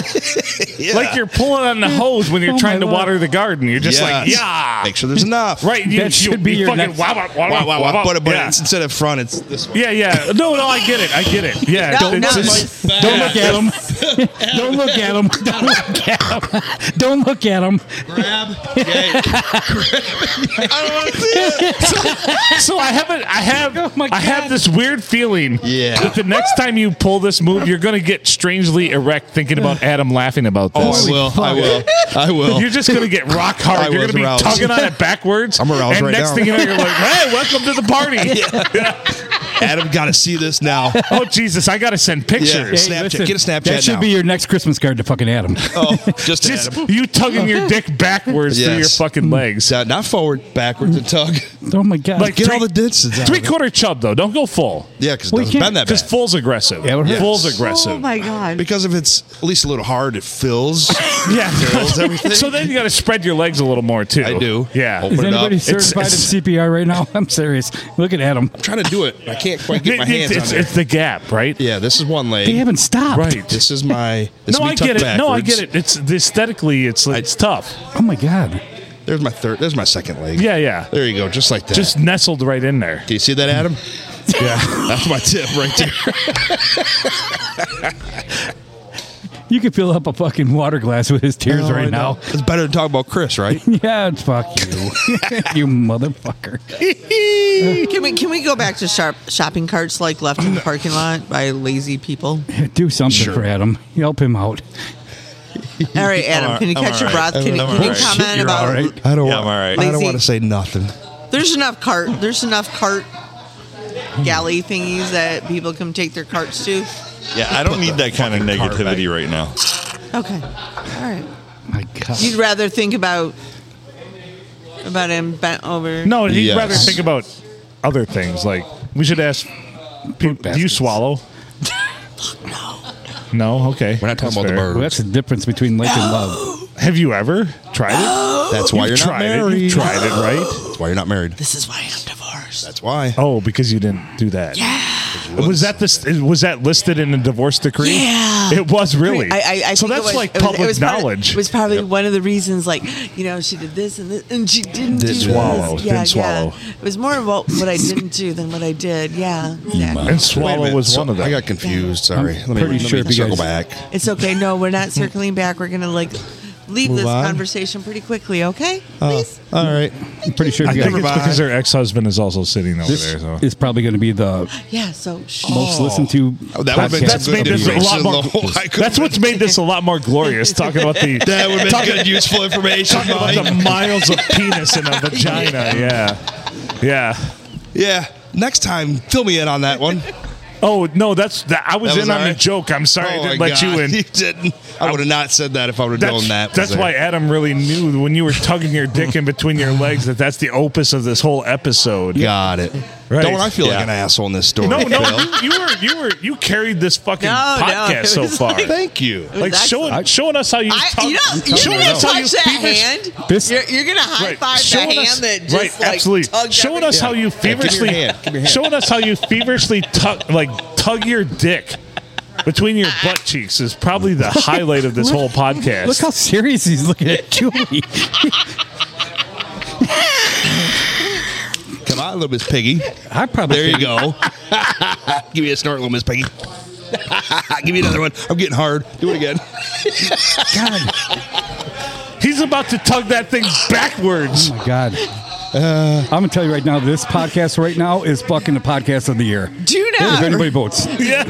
Speaker 2: like you're pulling on the hose when you're
Speaker 4: Oh,
Speaker 2: trying
Speaker 4: my
Speaker 2: to
Speaker 4: Lord.
Speaker 2: water the garden. You're just like
Speaker 3: Yes.
Speaker 2: yeah.
Speaker 3: Make sure there's enough.
Speaker 2: Right, you,
Speaker 4: That
Speaker 2: you-
Speaker 4: should be
Speaker 2: you
Speaker 4: your
Speaker 2: fucking
Speaker 4: next-
Speaker 2: wow, wow, wow,
Speaker 3: Wow, wow, wow. But, but
Speaker 2: yeah.
Speaker 3: it's, instead of front, it's this one.
Speaker 2: yeah, yeah. No, no, I get it. I get it. Yeah,
Speaker 5: No,
Speaker 2: It's
Speaker 5: no,
Speaker 2: just-
Speaker 5: it's-
Speaker 4: Don't look at him. Don't look at him. Don't look at him. Don't look at him.
Speaker 3: Grab. Yeah. I don't want to see it.
Speaker 2: So I haven't. I have.
Speaker 4: Oh my
Speaker 2: I have
Speaker 4: God.
Speaker 2: this weird feeling.
Speaker 3: Yeah.
Speaker 2: That the next time you pull this move, you're gonna get strangely erect thinking about Adam laughing about
Speaker 3: Oh,
Speaker 2: this.
Speaker 3: I will. I will. I will.
Speaker 2: You're just gonna get rock hard.
Speaker 3: I
Speaker 2: you're
Speaker 3: was
Speaker 2: gonna be
Speaker 3: aroused.
Speaker 2: tugging on it backwards.
Speaker 3: I'm aroused
Speaker 2: And
Speaker 3: right
Speaker 2: next
Speaker 3: now.
Speaker 2: thing you know, you're like, "Hey, welcome to the party."
Speaker 3: Adam got to see this now.
Speaker 2: Oh Jesus, I gotta send pictures.
Speaker 3: Snapchat. Get a Snapchat
Speaker 4: That should
Speaker 3: now.
Speaker 4: be your next Christmas card to fucking Adam.
Speaker 3: Oh, just,
Speaker 2: Just
Speaker 3: Adam.
Speaker 2: you tugging your dick backwards through your
Speaker 3: Yes.
Speaker 2: fucking legs.
Speaker 3: So, not forward, backwards, and tug.
Speaker 4: Oh my god.
Speaker 2: Like
Speaker 3: Get
Speaker 2: three-
Speaker 3: all the distance out.
Speaker 2: Three quarter chub though. Don't go full.
Speaker 3: Yeah, because it
Speaker 4: Well, you
Speaker 3: doesn't
Speaker 4: can't-
Speaker 3: bend that
Speaker 2: Because
Speaker 3: bad.
Speaker 2: full's aggressive.
Speaker 4: Yeah, it hurts.
Speaker 2: full's aggressive.
Speaker 5: Oh my God.
Speaker 3: because if it's at least a little hard, it fills.
Speaker 2: Yeah.
Speaker 3: Fills everything.
Speaker 2: so then you got to spread your legs a little more too.
Speaker 3: I do.
Speaker 2: Yeah.
Speaker 3: Open
Speaker 4: Is
Speaker 3: it up.
Speaker 4: anybody
Speaker 3: It's-
Speaker 4: certified
Speaker 2: it's-
Speaker 4: in CPR right now? I'm serious. Look at Adam.
Speaker 3: I'm trying to do it. I can't quite get my
Speaker 2: It- it's,
Speaker 3: hands
Speaker 2: it's,
Speaker 3: on it.
Speaker 2: it's the gap, right?
Speaker 3: Yeah, this is one leg.
Speaker 4: They haven't stopped.
Speaker 2: Right.
Speaker 3: This is my. This
Speaker 2: no,
Speaker 3: is me
Speaker 2: I get it.
Speaker 3: tucked
Speaker 2: No, I
Speaker 3: backwards.
Speaker 2: get it. It's aesthetically, it's it's tough.
Speaker 4: Oh my god.
Speaker 3: There's my third. There's my second leg.
Speaker 2: Yeah, yeah.
Speaker 3: There you go. Just like that.
Speaker 2: Just nestled right in there.
Speaker 3: Do you see that, Adam? Yeah. That's my tip right there.
Speaker 4: You could fill up a fucking water glass with his tears
Speaker 3: Oh, I
Speaker 4: right
Speaker 3: know.
Speaker 4: now.
Speaker 3: It's better than talking about Chris, right?
Speaker 4: Yeah, fuck you. you motherfucker.
Speaker 5: Can we can we go back to sharp shopping carts like left in the parking lot by lazy people?
Speaker 4: Do something
Speaker 3: Sure.
Speaker 4: for Adam. Help him out.
Speaker 5: All right, Adam, can you
Speaker 1: I'm
Speaker 5: catch your
Speaker 1: all right.
Speaker 5: breath? Can you,
Speaker 1: I'm
Speaker 5: can you
Speaker 1: all right.
Speaker 5: comment
Speaker 4: You're
Speaker 5: about?
Speaker 4: all right.
Speaker 3: I don't
Speaker 1: Yeah, I'm
Speaker 3: want.
Speaker 1: all right.
Speaker 3: I don't
Speaker 5: Lazy.
Speaker 3: want to say nothing.
Speaker 5: There's enough cart. There's enough cart galley thingies that people can take their carts to.
Speaker 1: Yeah, I don't need that kind of negativity right now.
Speaker 5: Okay, all right.
Speaker 4: My god.
Speaker 5: You'd rather think about about him bent over.
Speaker 2: No, you'd
Speaker 3: Yes.
Speaker 2: rather think about other things. Like we should ask. People, do you
Speaker 4: baskets.
Speaker 2: swallow? no. No. Okay.
Speaker 3: We're not talking about the
Speaker 4: Well,
Speaker 3: bird.
Speaker 4: that's the difference between like and love.
Speaker 2: Have you ever tried it?
Speaker 3: That's why
Speaker 2: You've
Speaker 3: you're not
Speaker 2: tried it.
Speaker 3: married.
Speaker 2: You've tried it, right?
Speaker 3: That's why you're not married.
Speaker 5: This is why I'm divorced.
Speaker 3: That's why.
Speaker 2: Oh, because you didn't do that. Yeah. Was that this? Was that listed in the divorce decree?
Speaker 5: Yeah.
Speaker 2: It was really.
Speaker 5: I, I, I
Speaker 2: so
Speaker 5: think it
Speaker 2: that's
Speaker 5: was-
Speaker 2: like
Speaker 5: it was-
Speaker 2: public
Speaker 5: it was probably-
Speaker 2: knowledge.
Speaker 5: it was probably one of the reasons, like you know, she did this and this, and she didn't
Speaker 3: Didn't
Speaker 5: do
Speaker 2: swallow,
Speaker 5: This.
Speaker 2: didn't swallow.
Speaker 5: It was more about what I didn't do than what I did. Yeah, exactly.
Speaker 2: and
Speaker 3: Wait a
Speaker 2: swallow
Speaker 3: minute.
Speaker 2: was
Speaker 3: So-
Speaker 2: one of them.
Speaker 3: I got confused. Sorry.
Speaker 4: I'm
Speaker 3: let me,
Speaker 4: pretty
Speaker 3: let me
Speaker 4: sure if you
Speaker 3: circle
Speaker 4: guys-
Speaker 3: back.
Speaker 5: It's okay. No, we're not circling back. We're gonna like leave
Speaker 3: Move
Speaker 5: this
Speaker 3: on?
Speaker 5: conversation pretty quickly. Okay,
Speaker 3: Oh,
Speaker 5: please.
Speaker 3: all right.
Speaker 4: I'm pretty sure
Speaker 2: I
Speaker 4: you
Speaker 2: think
Speaker 4: guys,
Speaker 2: it's
Speaker 3: Never
Speaker 2: because
Speaker 3: mind.
Speaker 2: her ex-husband is also sitting over
Speaker 4: this
Speaker 2: there. So.
Speaker 4: is probably going to be the
Speaker 5: Yeah. So shh.
Speaker 4: most listened to.
Speaker 3: Oh, that would've been
Speaker 4: podcast.
Speaker 2: that's made this a lot more.
Speaker 3: I could've-
Speaker 2: That's what's made this a lot more glorious. Talking about the
Speaker 3: That would have been good, useful information.
Speaker 2: talking about the miles of penis in a vagina. Yeah, yeah.
Speaker 3: Yeah. Next time, fill me in on that one.
Speaker 2: Oh no, that's that. I was,
Speaker 3: That was
Speaker 2: in on
Speaker 3: alright? Oh
Speaker 2: the joke. I'm sorry I
Speaker 3: my
Speaker 2: didn't let you in.
Speaker 3: You didn't. I would have not said that if I would have
Speaker 2: That's,
Speaker 3: known that.
Speaker 2: that's why Adam really knew when you were tugging your dick in between your legs that that's the opus of this whole episode.
Speaker 3: Got it.
Speaker 2: Right.
Speaker 3: Don't I feel
Speaker 1: Yeah.
Speaker 3: like an asshole in this story?
Speaker 2: No, no, you,
Speaker 3: Phil?
Speaker 2: you were you were you carried this fucking
Speaker 5: No, no,
Speaker 2: podcast
Speaker 5: it
Speaker 2: so
Speaker 5: was
Speaker 2: far.
Speaker 5: like-
Speaker 3: Thank you.
Speaker 2: like
Speaker 5: That's-
Speaker 2: showing showing us how you
Speaker 5: I,
Speaker 2: tug-
Speaker 5: you know, you
Speaker 2: showing
Speaker 5: didn't
Speaker 2: us how you
Speaker 5: touch that
Speaker 2: feverish-
Speaker 5: hand.
Speaker 4: This-
Speaker 5: you're, you're gonna high
Speaker 2: Right.
Speaker 5: five
Speaker 2: Showing
Speaker 5: the hand
Speaker 2: us-
Speaker 5: that just
Speaker 2: right,
Speaker 5: like
Speaker 2: absolutely.
Speaker 5: tugged
Speaker 2: Showing us
Speaker 5: everything.
Speaker 2: how you
Speaker 3: your
Speaker 2: feverishly
Speaker 3: hand. Give me your hand.
Speaker 2: showing us how you feverishly tug like tug your dick between your butt cheeks is probably the highlight of this whole podcast.
Speaker 4: Look how serious he's looking at Julie.
Speaker 3: Come on, little Miss Piggy.
Speaker 4: I probably
Speaker 3: There you go. Give me a snort, little Miss Piggy. Give me another one. I'm getting hard. Do it again.
Speaker 4: God.
Speaker 2: He's about to tug that thing backwards.
Speaker 7: Oh my god. I'm gonna tell you right now, this podcast right now is fucking the podcast of the year.
Speaker 5: Do
Speaker 7: If
Speaker 5: not.
Speaker 7: anybody votes,
Speaker 2: Yeah.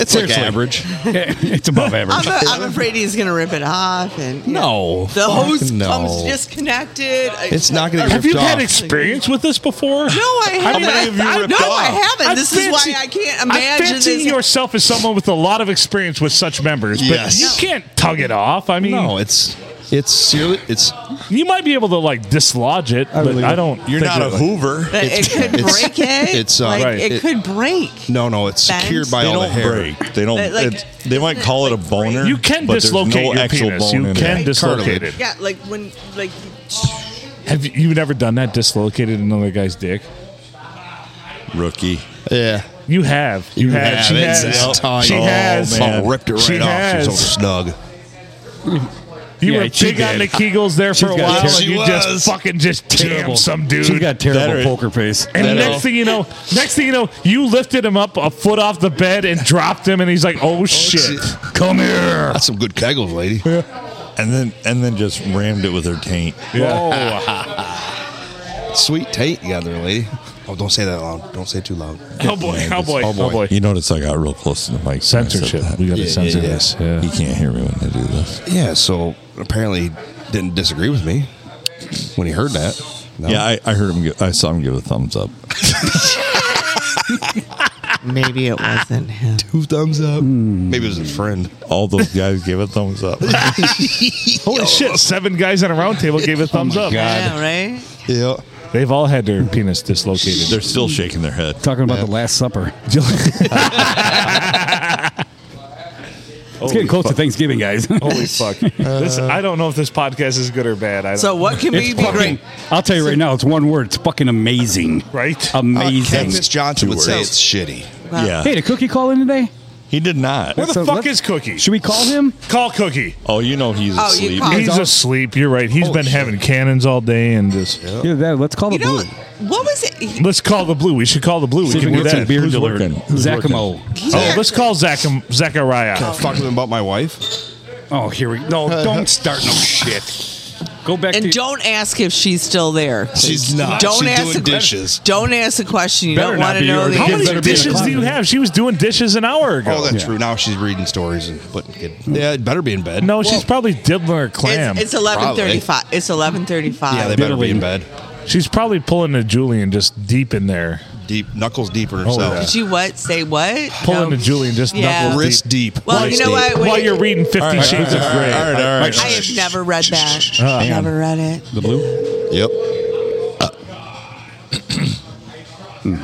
Speaker 3: It's like average.
Speaker 7: it's above
Speaker 5: I'm,
Speaker 7: average.
Speaker 5: I'm afraid he's going to rip it off. And
Speaker 3: No.
Speaker 5: The hose
Speaker 3: No.
Speaker 5: comes disconnected. I-
Speaker 3: It's not going to
Speaker 2: Have you had experience with you before?
Speaker 5: No, I haven't.
Speaker 1: many of you
Speaker 5: I-
Speaker 1: ripped
Speaker 5: no, I
Speaker 1: off?
Speaker 5: haven't.
Speaker 2: I
Speaker 5: this is
Speaker 2: fancy-
Speaker 5: why I can't imagine
Speaker 2: I fancy
Speaker 5: this.
Speaker 2: yourself as someone with a lot of experience with such members, but
Speaker 3: Yes.
Speaker 2: you can't tug it off. I mean,
Speaker 3: No, it's it's seriously it's
Speaker 2: you might be able to like dislodge it, but
Speaker 7: believe
Speaker 2: I
Speaker 7: it.
Speaker 2: don't.
Speaker 1: You're
Speaker 2: think
Speaker 1: not a
Speaker 2: that-
Speaker 1: Hoover.
Speaker 5: But it could
Speaker 3: it's-
Speaker 5: break it.
Speaker 3: it's, uh,
Speaker 5: like,
Speaker 2: Right.
Speaker 5: it,
Speaker 3: it-
Speaker 5: could break.
Speaker 3: no, no, it's
Speaker 5: Bent.
Speaker 3: secured by
Speaker 1: They
Speaker 3: all the
Speaker 1: don't
Speaker 3: hair.
Speaker 1: break. They don't.
Speaker 5: They, like,
Speaker 1: it- they might call it a boner.
Speaker 2: You can
Speaker 1: but there's
Speaker 2: dislocate
Speaker 1: no
Speaker 2: your
Speaker 1: actual
Speaker 2: penis.
Speaker 1: bone
Speaker 2: You
Speaker 1: in
Speaker 2: can
Speaker 1: it.
Speaker 2: dislocate
Speaker 3: Cartilage.
Speaker 2: it.
Speaker 5: Yeah, like when like
Speaker 2: Have you you've never done that? Dislocated another guy's dick?
Speaker 1: Rookie.
Speaker 3: Yeah.
Speaker 2: You have. You, have. She
Speaker 3: It's-
Speaker 2: has.
Speaker 3: it's tight.
Speaker 2: She
Speaker 1: Oh,
Speaker 2: has.
Speaker 1: man.
Speaker 3: Oh, ripped it right
Speaker 2: She
Speaker 3: off.
Speaker 2: has.
Speaker 3: She's so snug.
Speaker 2: You
Speaker 7: Yeah,
Speaker 2: were
Speaker 7: she
Speaker 2: big on the
Speaker 7: did.
Speaker 2: Kegels there for
Speaker 7: She's
Speaker 2: a
Speaker 7: got
Speaker 2: while,
Speaker 7: terrible-
Speaker 2: and
Speaker 3: She
Speaker 2: you
Speaker 3: was.
Speaker 2: just fucking just
Speaker 7: Terrible.
Speaker 2: terrible some dude.
Speaker 7: She's got terrible
Speaker 1: That-
Speaker 7: poker face.
Speaker 2: And
Speaker 1: That
Speaker 2: next
Speaker 1: is-
Speaker 2: thing you know, next thing you know, you lifted him up a foot off the bed and dropped him, and he's like, "Oh, shit, Oh,
Speaker 3: shit.
Speaker 2: come here!"
Speaker 3: That's some good kegels, lady.
Speaker 1: And then and then just rammed it with her taint.
Speaker 3: Sweet Tate you got there, lady. Oh, don't say that loud. Don't say it too loud.
Speaker 2: Oh boy! Oh boy!
Speaker 3: Oh,
Speaker 2: Oh
Speaker 3: boy.
Speaker 2: boy!
Speaker 1: You notice I got real close to the mic. when I said
Speaker 2: Censorship.
Speaker 1: that.
Speaker 2: We gotta
Speaker 3: Yeah, yeah,
Speaker 2: censor
Speaker 3: yeah.
Speaker 2: this. Yeah.
Speaker 1: You can't hear me when I do this.
Speaker 3: Yeah, so apparently he didn't disagree with me when he heard that. No.
Speaker 1: Yeah, I, I heard him. Give, I saw him give a thumbs up.
Speaker 5: maybe it wasn't him.
Speaker 3: two thumbs up. Maybe it was his friend.
Speaker 1: All those guys gave a thumbs up.
Speaker 2: Holy shit! Seven guys at a round table gave a thumbs up.
Speaker 5: Yeah, right.
Speaker 3: Yeah.
Speaker 2: They've all had their penis dislocated.
Speaker 1: They're still shaking their head.
Speaker 7: Talking about the Last Supper. It's getting close to Thanksgiving, guys.
Speaker 2: Holy fuck! this, I don't know if this podcast is good or bad. I don't,
Speaker 5: So what can we be great?
Speaker 7: I'll tell you right now, it's one word. It's fucking amazing.
Speaker 2: right?
Speaker 7: Amazing.
Speaker 3: Candace Uh, Johnson would say it's shitty.
Speaker 1: yeah,
Speaker 7: Hey, did Cookie call in today?
Speaker 1: he did not.
Speaker 2: Where the
Speaker 7: So
Speaker 2: fuck
Speaker 7: let's-
Speaker 2: is Cookie?
Speaker 7: Should we call him?
Speaker 2: Call Cookie.
Speaker 1: Oh, you know he's
Speaker 5: Oh, you
Speaker 1: asleep.
Speaker 5: caught-
Speaker 2: He's asleep. You're right. He's been having cannons all day and just.
Speaker 7: Yeah, that, let's call
Speaker 5: You
Speaker 7: the
Speaker 5: know
Speaker 7: blue.
Speaker 5: what was it? He-
Speaker 2: Let's call the blue. We should call the blue. We
Speaker 7: See if
Speaker 2: can
Speaker 7: we
Speaker 2: do
Speaker 7: can get some
Speaker 2: that.
Speaker 7: beer
Speaker 1: Who's
Speaker 7: delivered.
Speaker 1: working? Who's
Speaker 7: Zacamo.
Speaker 2: Oh, let's call Zach Zachariah.
Speaker 3: Fuck him about my wife.
Speaker 7: Oh, here we go. No, don't start no shit. Go back to
Speaker 5: And
Speaker 7: your-
Speaker 5: don't ask if she's still there.
Speaker 3: She's not.
Speaker 5: Don't
Speaker 3: She's
Speaker 5: ask
Speaker 3: doing
Speaker 5: a que-
Speaker 3: dishes.
Speaker 5: Don't ask a question you
Speaker 7: Better
Speaker 5: don't
Speaker 7: not
Speaker 5: want to
Speaker 7: be,
Speaker 5: know
Speaker 7: or
Speaker 5: the
Speaker 7: it
Speaker 2: How
Speaker 7: better
Speaker 2: many
Speaker 7: be a
Speaker 2: dishes do you
Speaker 7: closet.
Speaker 2: have? She was doing dishes an hour ago.
Speaker 3: Oh, that's
Speaker 7: Yeah.
Speaker 3: true. Now she's reading stories and putting kid. Yeah, it better be in bed.
Speaker 2: no, she's probably diddling her clam.
Speaker 5: It's, it's eleven thirty-five. It's eleven thirty-five.
Speaker 3: Yeah, they better be in bed.
Speaker 2: she's probably pulling a Julian just deep in there.
Speaker 3: Deep knuckles deeper herself.
Speaker 5: Did you what? Say what?
Speaker 2: Pulling
Speaker 5: No.
Speaker 2: a Julian just
Speaker 5: Yeah.
Speaker 2: knuckles
Speaker 3: Wrist
Speaker 2: deep.
Speaker 3: deep.
Speaker 5: Well,
Speaker 3: Wrist
Speaker 5: you know
Speaker 3: deep.
Speaker 5: what?
Speaker 2: While
Speaker 5: Wait.
Speaker 2: you're reading Fifty
Speaker 1: All right,
Speaker 2: Shades of
Speaker 1: all
Speaker 2: Grey.
Speaker 1: right, all right, all right.
Speaker 5: I have never read that. never read it.
Speaker 7: the blue.
Speaker 3: Yep. Hmm.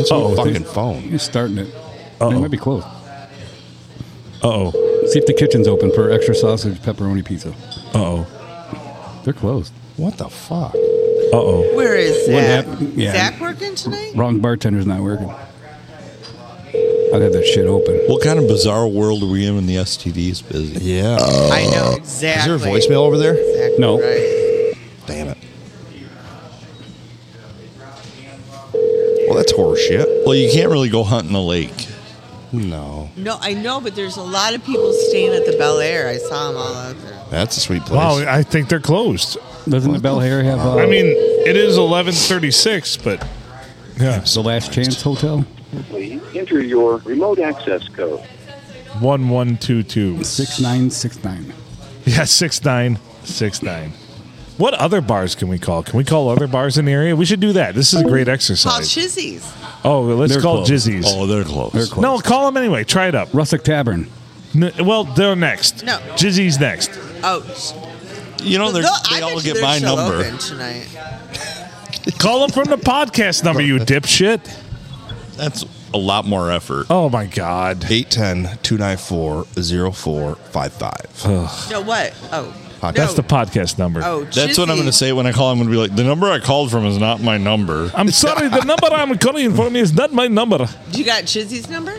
Speaker 3: It's
Speaker 2: Oh,
Speaker 3: my fucking phone.
Speaker 7: You're starting it. It might be close.
Speaker 2: Uh-oh.
Speaker 7: See if the kitchen's open for extra sausage pepperoni pizza.
Speaker 2: Uh-oh.
Speaker 7: They're closed.
Speaker 3: What the fuck?
Speaker 2: Uh-oh.
Speaker 5: Where is Zach?
Speaker 7: happened- yeah.
Speaker 5: Zach working tonight?
Speaker 7: Wrong bartender's not working. I'd have that shit open.
Speaker 1: What kind of bizarre world are we in when the STD's busy?
Speaker 3: Yeah.
Speaker 5: I know exactly.
Speaker 3: Uh, Is there a voicemail over there?
Speaker 5: Exactly
Speaker 7: No.
Speaker 5: right.
Speaker 3: Damn it. Well, that's horror shit.
Speaker 1: Well, you can't really go hunting the lake.
Speaker 3: No.
Speaker 5: No, I know, but there's a lot of people staying at the Bel Air. I saw them all out there.
Speaker 3: That's a sweet place.
Speaker 2: Wow, I think they're closed.
Speaker 7: Doesn't the Bel Air have? Uh,
Speaker 2: I mean, it is 11:36, but yeah,
Speaker 7: the Last Chance Hotel,
Speaker 8: Please enter your remote access code.
Speaker 2: 1122.
Speaker 7: six nine six nine.
Speaker 2: Yeah, six nine six nine. What other bars can we call? Can we call other bars in the area? We should do that. This is a great
Speaker 5: Called
Speaker 2: exercise.
Speaker 5: Chizzy's.
Speaker 2: Oh, well, let's
Speaker 7: They're
Speaker 2: call
Speaker 7: closed.
Speaker 2: Jizzy's.
Speaker 1: Oh, they're close.
Speaker 7: They're close.
Speaker 2: no, call them anyway. Try it up.
Speaker 7: Rustic Tavern.
Speaker 2: N- well, they're next.
Speaker 5: No.
Speaker 2: Jizzy's next.
Speaker 5: Oh,
Speaker 1: You know, they're,
Speaker 5: no, I
Speaker 1: they all
Speaker 5: bet
Speaker 1: get
Speaker 5: they're
Speaker 1: my
Speaker 5: still
Speaker 1: number.
Speaker 5: open tonight.
Speaker 2: Call them from the podcast number, you dipshit.
Speaker 1: That's a lot more effort.
Speaker 2: Oh my god.
Speaker 3: 810 294 0455.
Speaker 5: No, what? Oh, no.
Speaker 2: That's the podcast number.
Speaker 5: Oh,
Speaker 1: That's what I'm going to
Speaker 5: Chizzy's.
Speaker 1: say when I call. I'm going to be like, the number I called from is not my number.
Speaker 2: I'm sorry, the number I'm calling for me is not my number.
Speaker 5: You got Chizzy's number?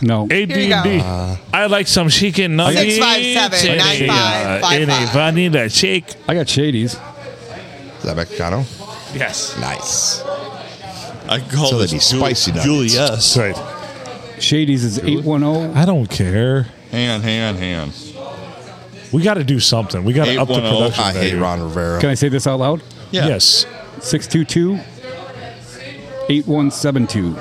Speaker 7: No,
Speaker 5: you
Speaker 2: AD&D.
Speaker 5: go.
Speaker 2: I like some chicken nuggets.
Speaker 5: 657,
Speaker 2: and a,
Speaker 5: 9555.
Speaker 2: and a vanilla shake.
Speaker 7: I got Shady's.
Speaker 3: Is that Mexicano?
Speaker 2: Yes.
Speaker 3: Nice.
Speaker 1: I can call
Speaker 3: So
Speaker 1: this
Speaker 3: they'd be spicy nuggets.
Speaker 1: Julie S.
Speaker 2: That's right.
Speaker 7: Shady's is eight one oh. zero.
Speaker 2: I don't care.
Speaker 1: Hang on, hang on, hang on.
Speaker 2: We got to do something. We got to up the
Speaker 3: 810.
Speaker 2: production.
Speaker 3: oh, I hate
Speaker 2: value.
Speaker 3: Ron Rivera.
Speaker 7: Can I say this out loud?
Speaker 3: Yeah.
Speaker 2: Yes.
Speaker 7: 622 8172.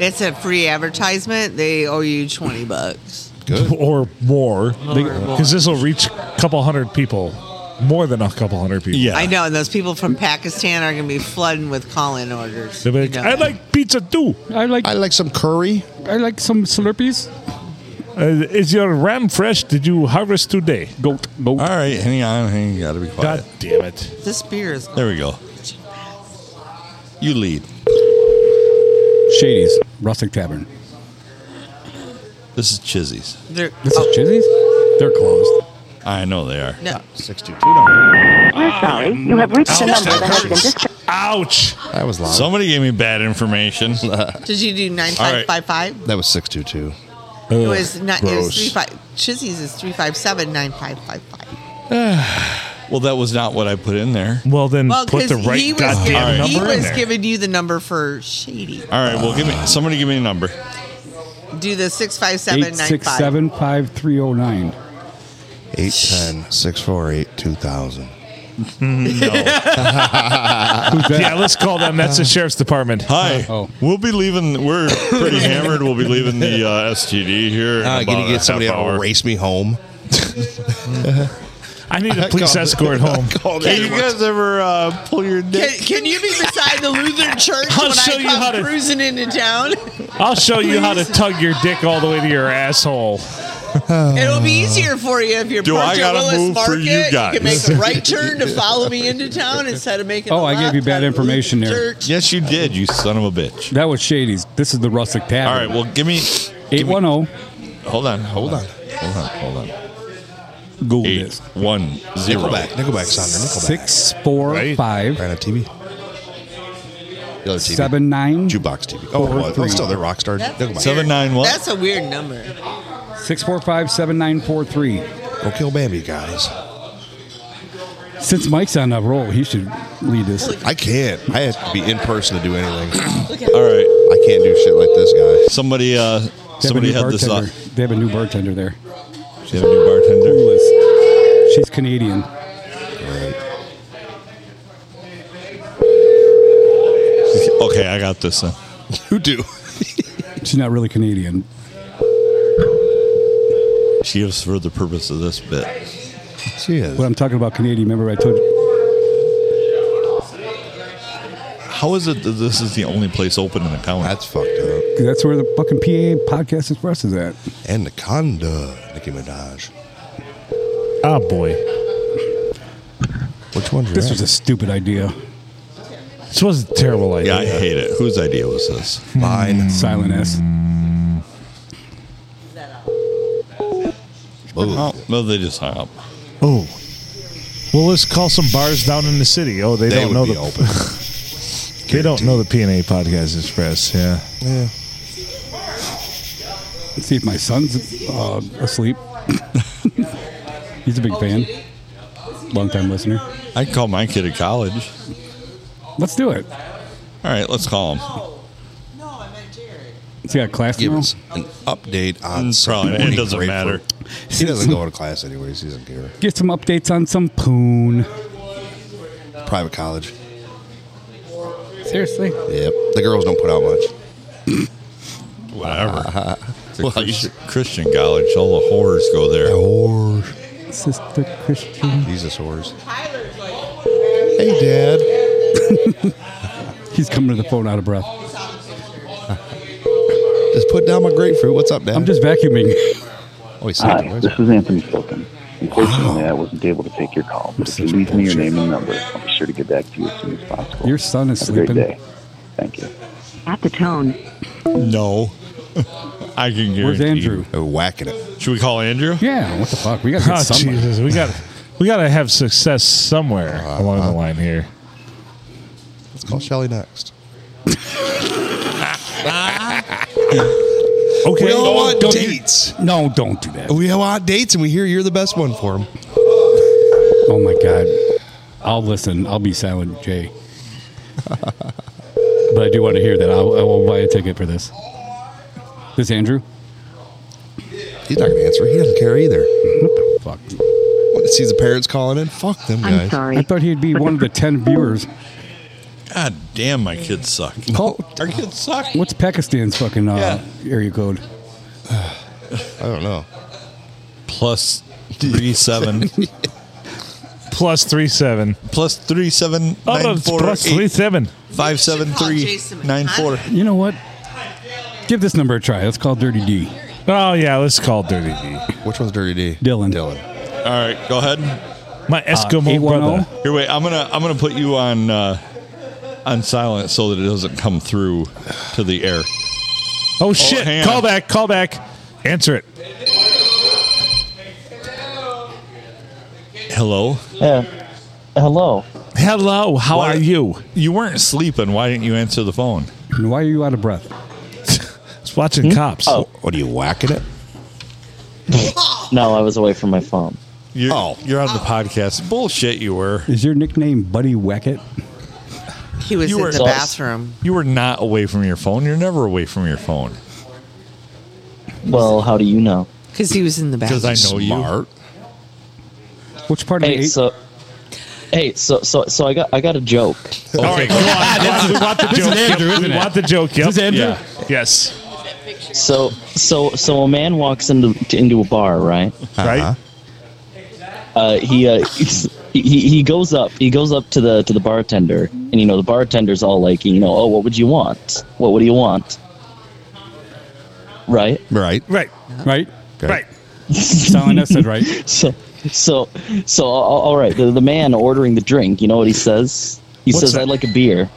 Speaker 5: It's a free advertisement. They owe you 20 bucks.
Speaker 3: Good.
Speaker 2: Or more.
Speaker 5: more.
Speaker 2: Because this will reach a couple hundred people. More than a couple hundred people.
Speaker 1: Yeah.
Speaker 5: I know, and those people from Pakistan are going to be flooding with call-in orders.
Speaker 2: They'll be like,
Speaker 5: You know
Speaker 2: I
Speaker 5: that.
Speaker 2: like pizza too.
Speaker 7: I like
Speaker 3: I like some curry.
Speaker 7: I like some Slurpees.
Speaker 2: Uh, is your ram fresh? Did you harvest today?
Speaker 7: Goat, goat.
Speaker 1: All right, hang on, hang on. You gotta be quiet.
Speaker 2: God damn it.
Speaker 5: this beer is.
Speaker 1: There we go. You lead.
Speaker 7: Shady's Rustic Tavern.
Speaker 1: This is Chizzy's.
Speaker 5: They're,
Speaker 7: This
Speaker 5: oh,
Speaker 7: is Chizzy's? They're closed.
Speaker 1: I know they are.
Speaker 5: no,
Speaker 9: We're sorry. You have reached the number that has been discharged.
Speaker 2: Ouch.
Speaker 3: That was loud.
Speaker 1: Somebody gave me bad information.
Speaker 5: did you do nine
Speaker 1: All
Speaker 5: five
Speaker 1: right.
Speaker 5: five five?
Speaker 3: that was 622.
Speaker 5: It was not. It was
Speaker 3: gross.
Speaker 5: three five. Chizzy's is three five seven nine five five five.
Speaker 1: well, that was not what I put in there.
Speaker 2: Well, then
Speaker 5: Well,
Speaker 2: put
Speaker 5: because
Speaker 2: the right
Speaker 5: he was,
Speaker 2: goddamn
Speaker 5: giving,
Speaker 2: number
Speaker 5: he
Speaker 2: in
Speaker 5: was
Speaker 2: there.
Speaker 5: giving you the number for Shady.
Speaker 1: All right, well, give me somebody give me a number.
Speaker 5: Do the six five seven nine five.
Speaker 7: 867 5309.
Speaker 3: 810 648 2000.
Speaker 7: Who's that?
Speaker 2: yeah, let's call them. That's the sheriff's department.
Speaker 1: Hi.
Speaker 7: Oh.
Speaker 1: We'll be leaving. We're pretty hammered. We'll be leaving the uh, STD here. in
Speaker 3: I'm
Speaker 1: about
Speaker 3: going to
Speaker 1: a
Speaker 3: Ah, get somebody
Speaker 1: half
Speaker 3: to
Speaker 1: hour.
Speaker 3: race me home.
Speaker 2: I need a police
Speaker 3: Call-
Speaker 2: escort home.
Speaker 3: Call
Speaker 1: Hey, you
Speaker 3: ambulance.
Speaker 1: guys ever uh, pull your dick?
Speaker 5: Can, can you be beside the Lutheran Church
Speaker 2: I'll
Speaker 5: when
Speaker 2: show
Speaker 5: I
Speaker 2: you how
Speaker 5: come
Speaker 2: to-
Speaker 5: cruising into town?
Speaker 2: I'll show you how to tug your dick all the way to your asshole.
Speaker 5: It'll be easier for you if you're
Speaker 1: Do I
Speaker 5: parked at
Speaker 1: gotta
Speaker 5: Willis
Speaker 1: move for
Speaker 5: Market.
Speaker 1: you guys?
Speaker 5: can make the right turn to follow me into town instead of making.
Speaker 7: Oh,
Speaker 5: the
Speaker 7: I gave you
Speaker 5: left
Speaker 7: bad
Speaker 5: on the
Speaker 7: information
Speaker 5: Lutheran
Speaker 7: there.
Speaker 5: Church.
Speaker 1: Yes, you did. You son of a bitch.
Speaker 7: That was Shady's. This is the Rustic
Speaker 1: All right.
Speaker 7: Tavern. oh,
Speaker 1: Well, give me. give me-
Speaker 7: 810.
Speaker 1: Hold on. Hold on. Hold on. Hold on.
Speaker 7: Google
Speaker 1: Eight
Speaker 7: this.
Speaker 1: one zero.
Speaker 3: Nickelback. Nickelback's on there. Nickelback.
Speaker 7: Six four
Speaker 2: Right.
Speaker 7: five
Speaker 3: Right on TV. The other TV.
Speaker 7: seven nine
Speaker 3: Jukebox TV. Oh,
Speaker 7: Four,
Speaker 3: it was.
Speaker 7: three.
Speaker 3: It's still the Rockstar.
Speaker 5: That's
Speaker 3: Nickelback.
Speaker 1: So-
Speaker 5: weird.
Speaker 1: 791.
Speaker 5: That's a weird number.
Speaker 7: six four five seven nine four three.
Speaker 3: Go kill Bambi, guys.
Speaker 7: Since Mike's on a roll, he should lead this.
Speaker 3: I can't. I have to be in person to do anything.
Speaker 1: All right.
Speaker 3: I can't do shit like this guy.
Speaker 1: Somebody. Uh,
Speaker 7: They have a
Speaker 1: somebody
Speaker 7: new
Speaker 1: had this up.
Speaker 7: bartender. They have a new bartender there.
Speaker 1: Do you have a new bartender?
Speaker 7: Clueless. She's Canadian.
Speaker 1: Okay, I got this. uh, Then.
Speaker 3: You do.
Speaker 7: She's not really Canadian.
Speaker 1: She is for the purpose of this bit.
Speaker 3: She is.
Speaker 7: What I'm talking about Canadian. Remember I told you
Speaker 1: How is it that this is the only place open in the county?
Speaker 3: That's fucked up.
Speaker 7: that's where the fucking PA Podcast Express is at.
Speaker 3: Anaconda. Nicki Minaj.
Speaker 2: Oh, boy.
Speaker 3: Which one's
Speaker 7: This was a stupid idea.
Speaker 2: This was a terrible
Speaker 1: Yeah, I
Speaker 2: idea.
Speaker 1: hate it. Whose idea was this?
Speaker 3: mine.
Speaker 7: Silent S.
Speaker 1: Oh, no, they just hung up.
Speaker 2: Oh. Well, let's call some bars down in the city. Oh, they,
Speaker 3: They
Speaker 2: don't
Speaker 3: would
Speaker 2: know
Speaker 3: be
Speaker 2: the
Speaker 3: open.
Speaker 2: they don't know the PNA Podcast Express. Yeah.
Speaker 3: Yeah.
Speaker 7: Let's see if my son's uh, asleep. He's a big fan. Long time listener.
Speaker 1: I can call my kid at college.
Speaker 7: Let's do it.
Speaker 1: All right, let's call him.
Speaker 5: No, I meant Jared.
Speaker 7: He's got class
Speaker 3: Give
Speaker 7: tomorrow.
Speaker 3: us an update on
Speaker 1: Mm, Probably.
Speaker 3: something.
Speaker 1: It doesn't matter.
Speaker 3: Grapefruit. He doesn't go to class anyways. He doesn't care.
Speaker 7: Get some updates on some poon.
Speaker 3: Private college.
Speaker 7: Seriously?
Speaker 3: Yep. The girls don't put out much.
Speaker 1: Whatever. Uh, It's a Christian, Christian college. All the whores go there.
Speaker 3: Whores.
Speaker 7: Sister Christian.
Speaker 3: Jesus whores. Hey, Dad.
Speaker 7: He's coming to the phone out of breath.
Speaker 3: Just put down my grapefruit. What's up, Dad?
Speaker 7: I'm just vacuuming.
Speaker 3: Oh, he's sleeping.
Speaker 10: Hi, this is Anthony Silken. Unfortunately, I wasn't able to take your call, but if you leave me your name and number, I'll be sure to get back to you as soon as possible.
Speaker 7: Your son is
Speaker 10: Have a great
Speaker 7: sleeping.
Speaker 10: day. Thank you.
Speaker 9: At the tone,
Speaker 1: No. I can guarantee.
Speaker 7: Where's Andrew?
Speaker 3: They're whacking it.
Speaker 1: Should we call Andrew?
Speaker 7: Yeah, what the fuck? We got to
Speaker 2: Oh,
Speaker 7: get somebody.
Speaker 2: Jesus. We got we got to have success somewhere along the line here.
Speaker 3: Let's call Shelly next.
Speaker 2: Okay.
Speaker 3: We all want
Speaker 7: don't you-
Speaker 3: dates.
Speaker 7: No, don't do that.
Speaker 3: We all want dates, and we hear you're the best one for him.
Speaker 7: Oh my god. I'll listen. I'll be silent, Jay. but I do want to hear that. I'll, I will buy a ticket for this. This Andrew?
Speaker 3: He's not going to answer. He doesn't care either. What the fuck? What, sees the parents calling in? Fuck them guys.
Speaker 7: I thought he'd be one of the ten viewers.
Speaker 1: God damn, my kids suck.
Speaker 7: Call,
Speaker 1: Our kids suck.
Speaker 7: what's Pakistan's fucking uh, area code?
Speaker 3: I don't know.
Speaker 1: Plus three seven.
Speaker 2: Plus three seven.
Speaker 1: plus three seven
Speaker 2: Oh, no,
Speaker 1: nine
Speaker 2: it's
Speaker 1: four
Speaker 2: plus
Speaker 1: eight
Speaker 2: three seven.
Speaker 1: five seven three nine four.
Speaker 7: You know what? Give this number a try. Let's call Dirty D.
Speaker 2: Oh yeah, let's call Dirty D.
Speaker 3: Which one's Dirty D?
Speaker 7: Dylan.
Speaker 3: Dylan.
Speaker 1: All right, go ahead.
Speaker 2: My
Speaker 4: Uh,
Speaker 2: Eskimo
Speaker 7: 810?
Speaker 4: oh?
Speaker 2: brother.
Speaker 1: Here, wait. I'm gonna I'm gonna put you on uh, on silent so that it doesn't come through to the air.
Speaker 2: Oh shit!
Speaker 1: hang on.
Speaker 2: call back. Call back. Answer it.
Speaker 1: Hello.
Speaker 11: Hello.
Speaker 2: Hello. How
Speaker 1: Why-
Speaker 2: are you?
Speaker 1: You weren't sleeping. Why didn't you answer the phone?
Speaker 7: And why are you out of breath?
Speaker 2: I was watching
Speaker 4: Hmm?
Speaker 2: cops.
Speaker 11: Oh.
Speaker 3: What are you whacking it?
Speaker 11: No, I was away from my phone.
Speaker 1: You're,
Speaker 3: Oh.
Speaker 1: you're on the podcast. Bullshit. You were.
Speaker 7: Is your nickname Buddy Wackett?
Speaker 5: He was
Speaker 1: You were-
Speaker 5: in the bathroom.
Speaker 1: You were not away from your phone. You're never away from your phone
Speaker 11: Well, how do you know?
Speaker 5: Because he was in the
Speaker 1: because
Speaker 5: bathroom.
Speaker 1: I know you.
Speaker 3: Smart.
Speaker 7: Which part of
Speaker 11: Hey,
Speaker 7: the eight?
Speaker 11: so Hey, so so so I got I got a joke.
Speaker 2: All right, go on. we want the
Speaker 4: is
Speaker 2: joke.
Speaker 4: Andrew,
Speaker 2: Yep,
Speaker 4: isn't
Speaker 2: we
Speaker 4: it?
Speaker 2: want the joke. Yep.
Speaker 4: Is this Andrew?
Speaker 1: Yeah.
Speaker 2: Yes.
Speaker 11: So so so a man walks into into a bar, right?
Speaker 2: Right.
Speaker 11: Uh, he uh, he's- he he goes up he goes up to the to the bartender, and you know the bartender's all like, you know, oh, what would you want? What would you want? Right.
Speaker 3: Right.
Speaker 2: Right.
Speaker 7: Right?
Speaker 2: Right.
Speaker 7: Sound I said right.
Speaker 11: So so so all all right. The, the man ordering the drink, you know what he says? He
Speaker 2: What's
Speaker 11: says,
Speaker 2: that?
Speaker 11: "I'd like a beer."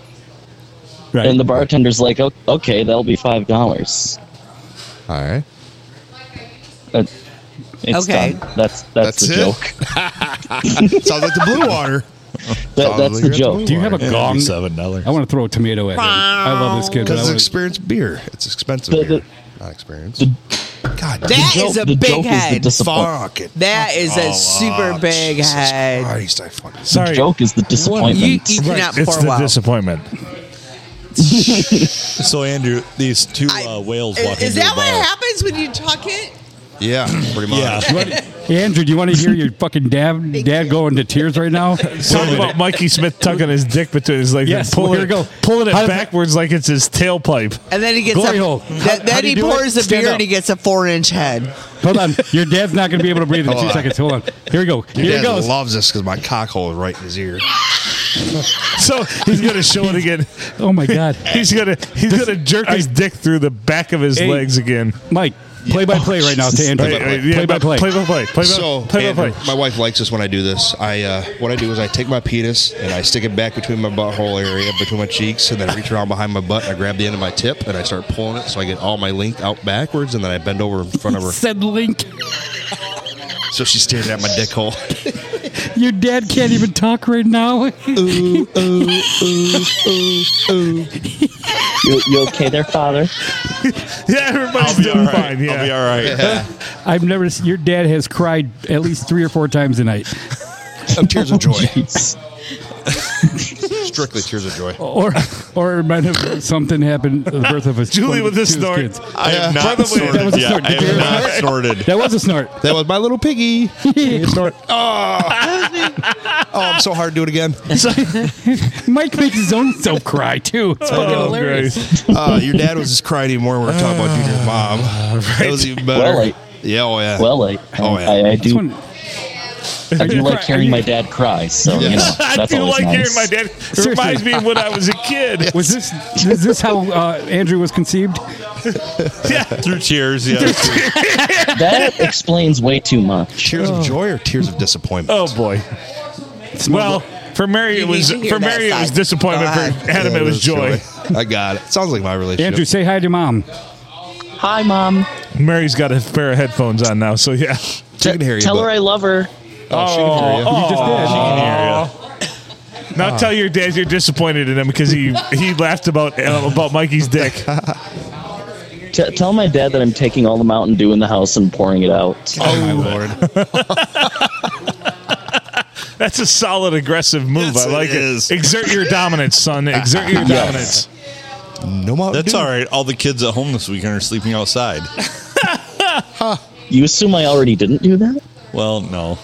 Speaker 7: Right.
Speaker 11: And the bartender's like, "O- okay, that'll be five dollars.
Speaker 3: All right.
Speaker 11: It's
Speaker 5: Okay.
Speaker 11: done. That's that's,
Speaker 3: That's
Speaker 11: the
Speaker 3: it?
Speaker 11: joke.
Speaker 3: Sounds like the blue water.
Speaker 11: That, that's the joke.
Speaker 7: Do you have a gong?
Speaker 1: Seven dollars.
Speaker 7: I want to throw a tomato at him. I love this kid. But I
Speaker 3: Because it's
Speaker 7: wanna-
Speaker 3: experience beer. It's expensive
Speaker 11: The-
Speaker 3: beer.
Speaker 11: the-
Speaker 3: Not experience.
Speaker 11: the-
Speaker 3: God
Speaker 5: That
Speaker 11: The
Speaker 5: is
Speaker 11: joke-
Speaker 5: a
Speaker 11: the
Speaker 5: big
Speaker 11: joke is the
Speaker 5: head.
Speaker 11: disappoint-
Speaker 3: fuck it.
Speaker 5: That is a super big
Speaker 3: Jesus
Speaker 5: head.
Speaker 3: Christ, I fucking
Speaker 2: Sorry.
Speaker 11: joke is the disappointment.
Speaker 5: You, you cannot
Speaker 2: It's
Speaker 5: pour
Speaker 2: the
Speaker 5: well.
Speaker 2: disappointment.
Speaker 1: So Andrew, these two
Speaker 5: I-
Speaker 1: uh, whales
Speaker 5: is,
Speaker 1: walking.
Speaker 5: is
Speaker 1: into
Speaker 5: that
Speaker 1: a
Speaker 5: what
Speaker 1: bar.
Speaker 5: happens when you talk it?
Speaker 3: Yeah, pretty much.
Speaker 1: Yeah.
Speaker 7: Hey, Andrew, do you want to hear your fucking dad, dad go into tears right now?
Speaker 2: Talk about Mikey Smith tucking his dick between his legs.
Speaker 7: Yes,
Speaker 2: and pulling
Speaker 7: here we
Speaker 2: it-
Speaker 7: go.
Speaker 2: Pulling it
Speaker 7: How does-
Speaker 2: backwards like it's his tailpipe.
Speaker 5: And then he gets
Speaker 7: Glory
Speaker 5: a
Speaker 7: hole.
Speaker 5: th-
Speaker 7: How- how
Speaker 5: then
Speaker 7: do
Speaker 5: he
Speaker 7: you do it?
Speaker 5: pours the
Speaker 7: Stand
Speaker 5: beer
Speaker 7: up.
Speaker 5: and he gets a four inch head.
Speaker 7: Hold on. Your dad's not going to be able to breathe in
Speaker 3: Hold
Speaker 7: two
Speaker 3: on.
Speaker 7: seconds. Hold on. Here we go.
Speaker 3: Your
Speaker 7: Here
Speaker 3: dad
Speaker 7: it goes.
Speaker 3: loves this because my cock hole is right in his ear.
Speaker 2: So he's gonna show it again.
Speaker 7: Oh, my God.
Speaker 2: He's gonna he's gonna jerk his dick through the back of his
Speaker 7: Hey.
Speaker 2: legs again.
Speaker 7: Mike, play by play right now to Andrew.
Speaker 2: Right, right, yeah,
Speaker 7: Play by
Speaker 2: but-
Speaker 7: play.
Speaker 2: Play by play. Play by
Speaker 3: So,
Speaker 2: play. by
Speaker 3: Andrew,
Speaker 2: play.
Speaker 3: my wife likes this when I do this. I uh, what I do is I take my penis and I stick it back between my butthole area, between my cheeks, and then I reach around behind my butt and I grab the end of my tip and I start pulling it so I get all my length out backwards, and then I bend over in front of her
Speaker 7: Said Link.
Speaker 3: so she's staring at my dick hole.
Speaker 7: Your dad can't even talk right now.
Speaker 11: You, you okay there, father?
Speaker 2: Yeah,
Speaker 1: I'll
Speaker 2: everybody's
Speaker 1: be all
Speaker 2: doing
Speaker 1: right.
Speaker 2: fine. Yeah.
Speaker 1: I'll be all right.
Speaker 7: I've never. s- Your dad has cried at least three or four times a night,
Speaker 3: Of tears of joy,
Speaker 11: Jeez.
Speaker 3: strictly tears of joy.
Speaker 7: or or it might have something happened at the birth of his.
Speaker 2: Julie with a
Speaker 7: his
Speaker 2: snort.
Speaker 7: kids.
Speaker 1: I have
Speaker 3: Yeah.
Speaker 1: not
Speaker 2: By the way-
Speaker 1: snorted
Speaker 7: That was a
Speaker 1: yet.
Speaker 7: snort.
Speaker 1: I
Speaker 7: Did you
Speaker 1: have
Speaker 7: hear
Speaker 1: not
Speaker 7: that?
Speaker 1: snorted.
Speaker 7: That was a snort.
Speaker 3: That was my little piggy.
Speaker 7: snort.
Speaker 3: Oh, I'm so hard to do it again.
Speaker 7: Mike makes his own self cry too. It's fucking
Speaker 2: Oh,
Speaker 7: hilarious.
Speaker 2: great.
Speaker 3: Uh, your dad was just crying anymore when we were talking about Junior's mom.
Speaker 7: Uh,
Speaker 3: That was even better.
Speaker 11: Well, I-
Speaker 3: yeah, oh yeah.
Speaker 11: Well, I
Speaker 3: Oh,
Speaker 11: I,
Speaker 3: yeah.
Speaker 11: I, I
Speaker 7: That's
Speaker 11: do
Speaker 7: when-
Speaker 11: I do
Speaker 7: you
Speaker 11: like
Speaker 7: cry-
Speaker 11: hearing
Speaker 7: are
Speaker 11: my
Speaker 7: you-
Speaker 11: dad cry. So you know, that's
Speaker 2: I do
Speaker 11: always
Speaker 2: like
Speaker 11: nice.
Speaker 2: hearing my dad. It
Speaker 7: Seriously.
Speaker 2: reminds me of when I was a kid.
Speaker 7: Was this is this how uh, Andrew was conceived?
Speaker 1: Through tears, yeah.
Speaker 11: That explains way too much.
Speaker 3: Tears of joy or tears of disappointment?
Speaker 2: Oh boy. Well, for Mary
Speaker 5: You
Speaker 2: it
Speaker 5: need
Speaker 2: was
Speaker 5: to hear
Speaker 2: for
Speaker 5: that
Speaker 2: Mary it was
Speaker 5: side.
Speaker 2: disappointment.
Speaker 5: Go
Speaker 2: For Adam it was joy.
Speaker 3: I got it. Sounds like my relationship.
Speaker 7: Andrew, say hi to mom.
Speaker 11: Hi, mom.
Speaker 2: Mary's got a pair of headphones on now, so yeah.
Speaker 3: she can hear you.
Speaker 11: Tell
Speaker 3: but-
Speaker 11: her I love her.
Speaker 3: oh, she can hear you.
Speaker 7: You just did.
Speaker 2: Now tell your dad you're disappointed in him because he he laughed about uh, about Mikey's dick.
Speaker 11: T- tell my dad that I'm taking all the Mountain Dew in the house and pouring it out.
Speaker 3: Oh, my lord.
Speaker 2: That's a solid aggressive move.
Speaker 3: Yes,
Speaker 2: I like
Speaker 3: it
Speaker 2: it.
Speaker 3: is.
Speaker 2: Exert your dominance, son. Exert your dominance.
Speaker 3: No Mountain
Speaker 1: That's
Speaker 3: Dew.
Speaker 1: all right. All the kids at home this weekend are sleeping outside.
Speaker 11: You assume I already didn't do that?
Speaker 1: Well, no.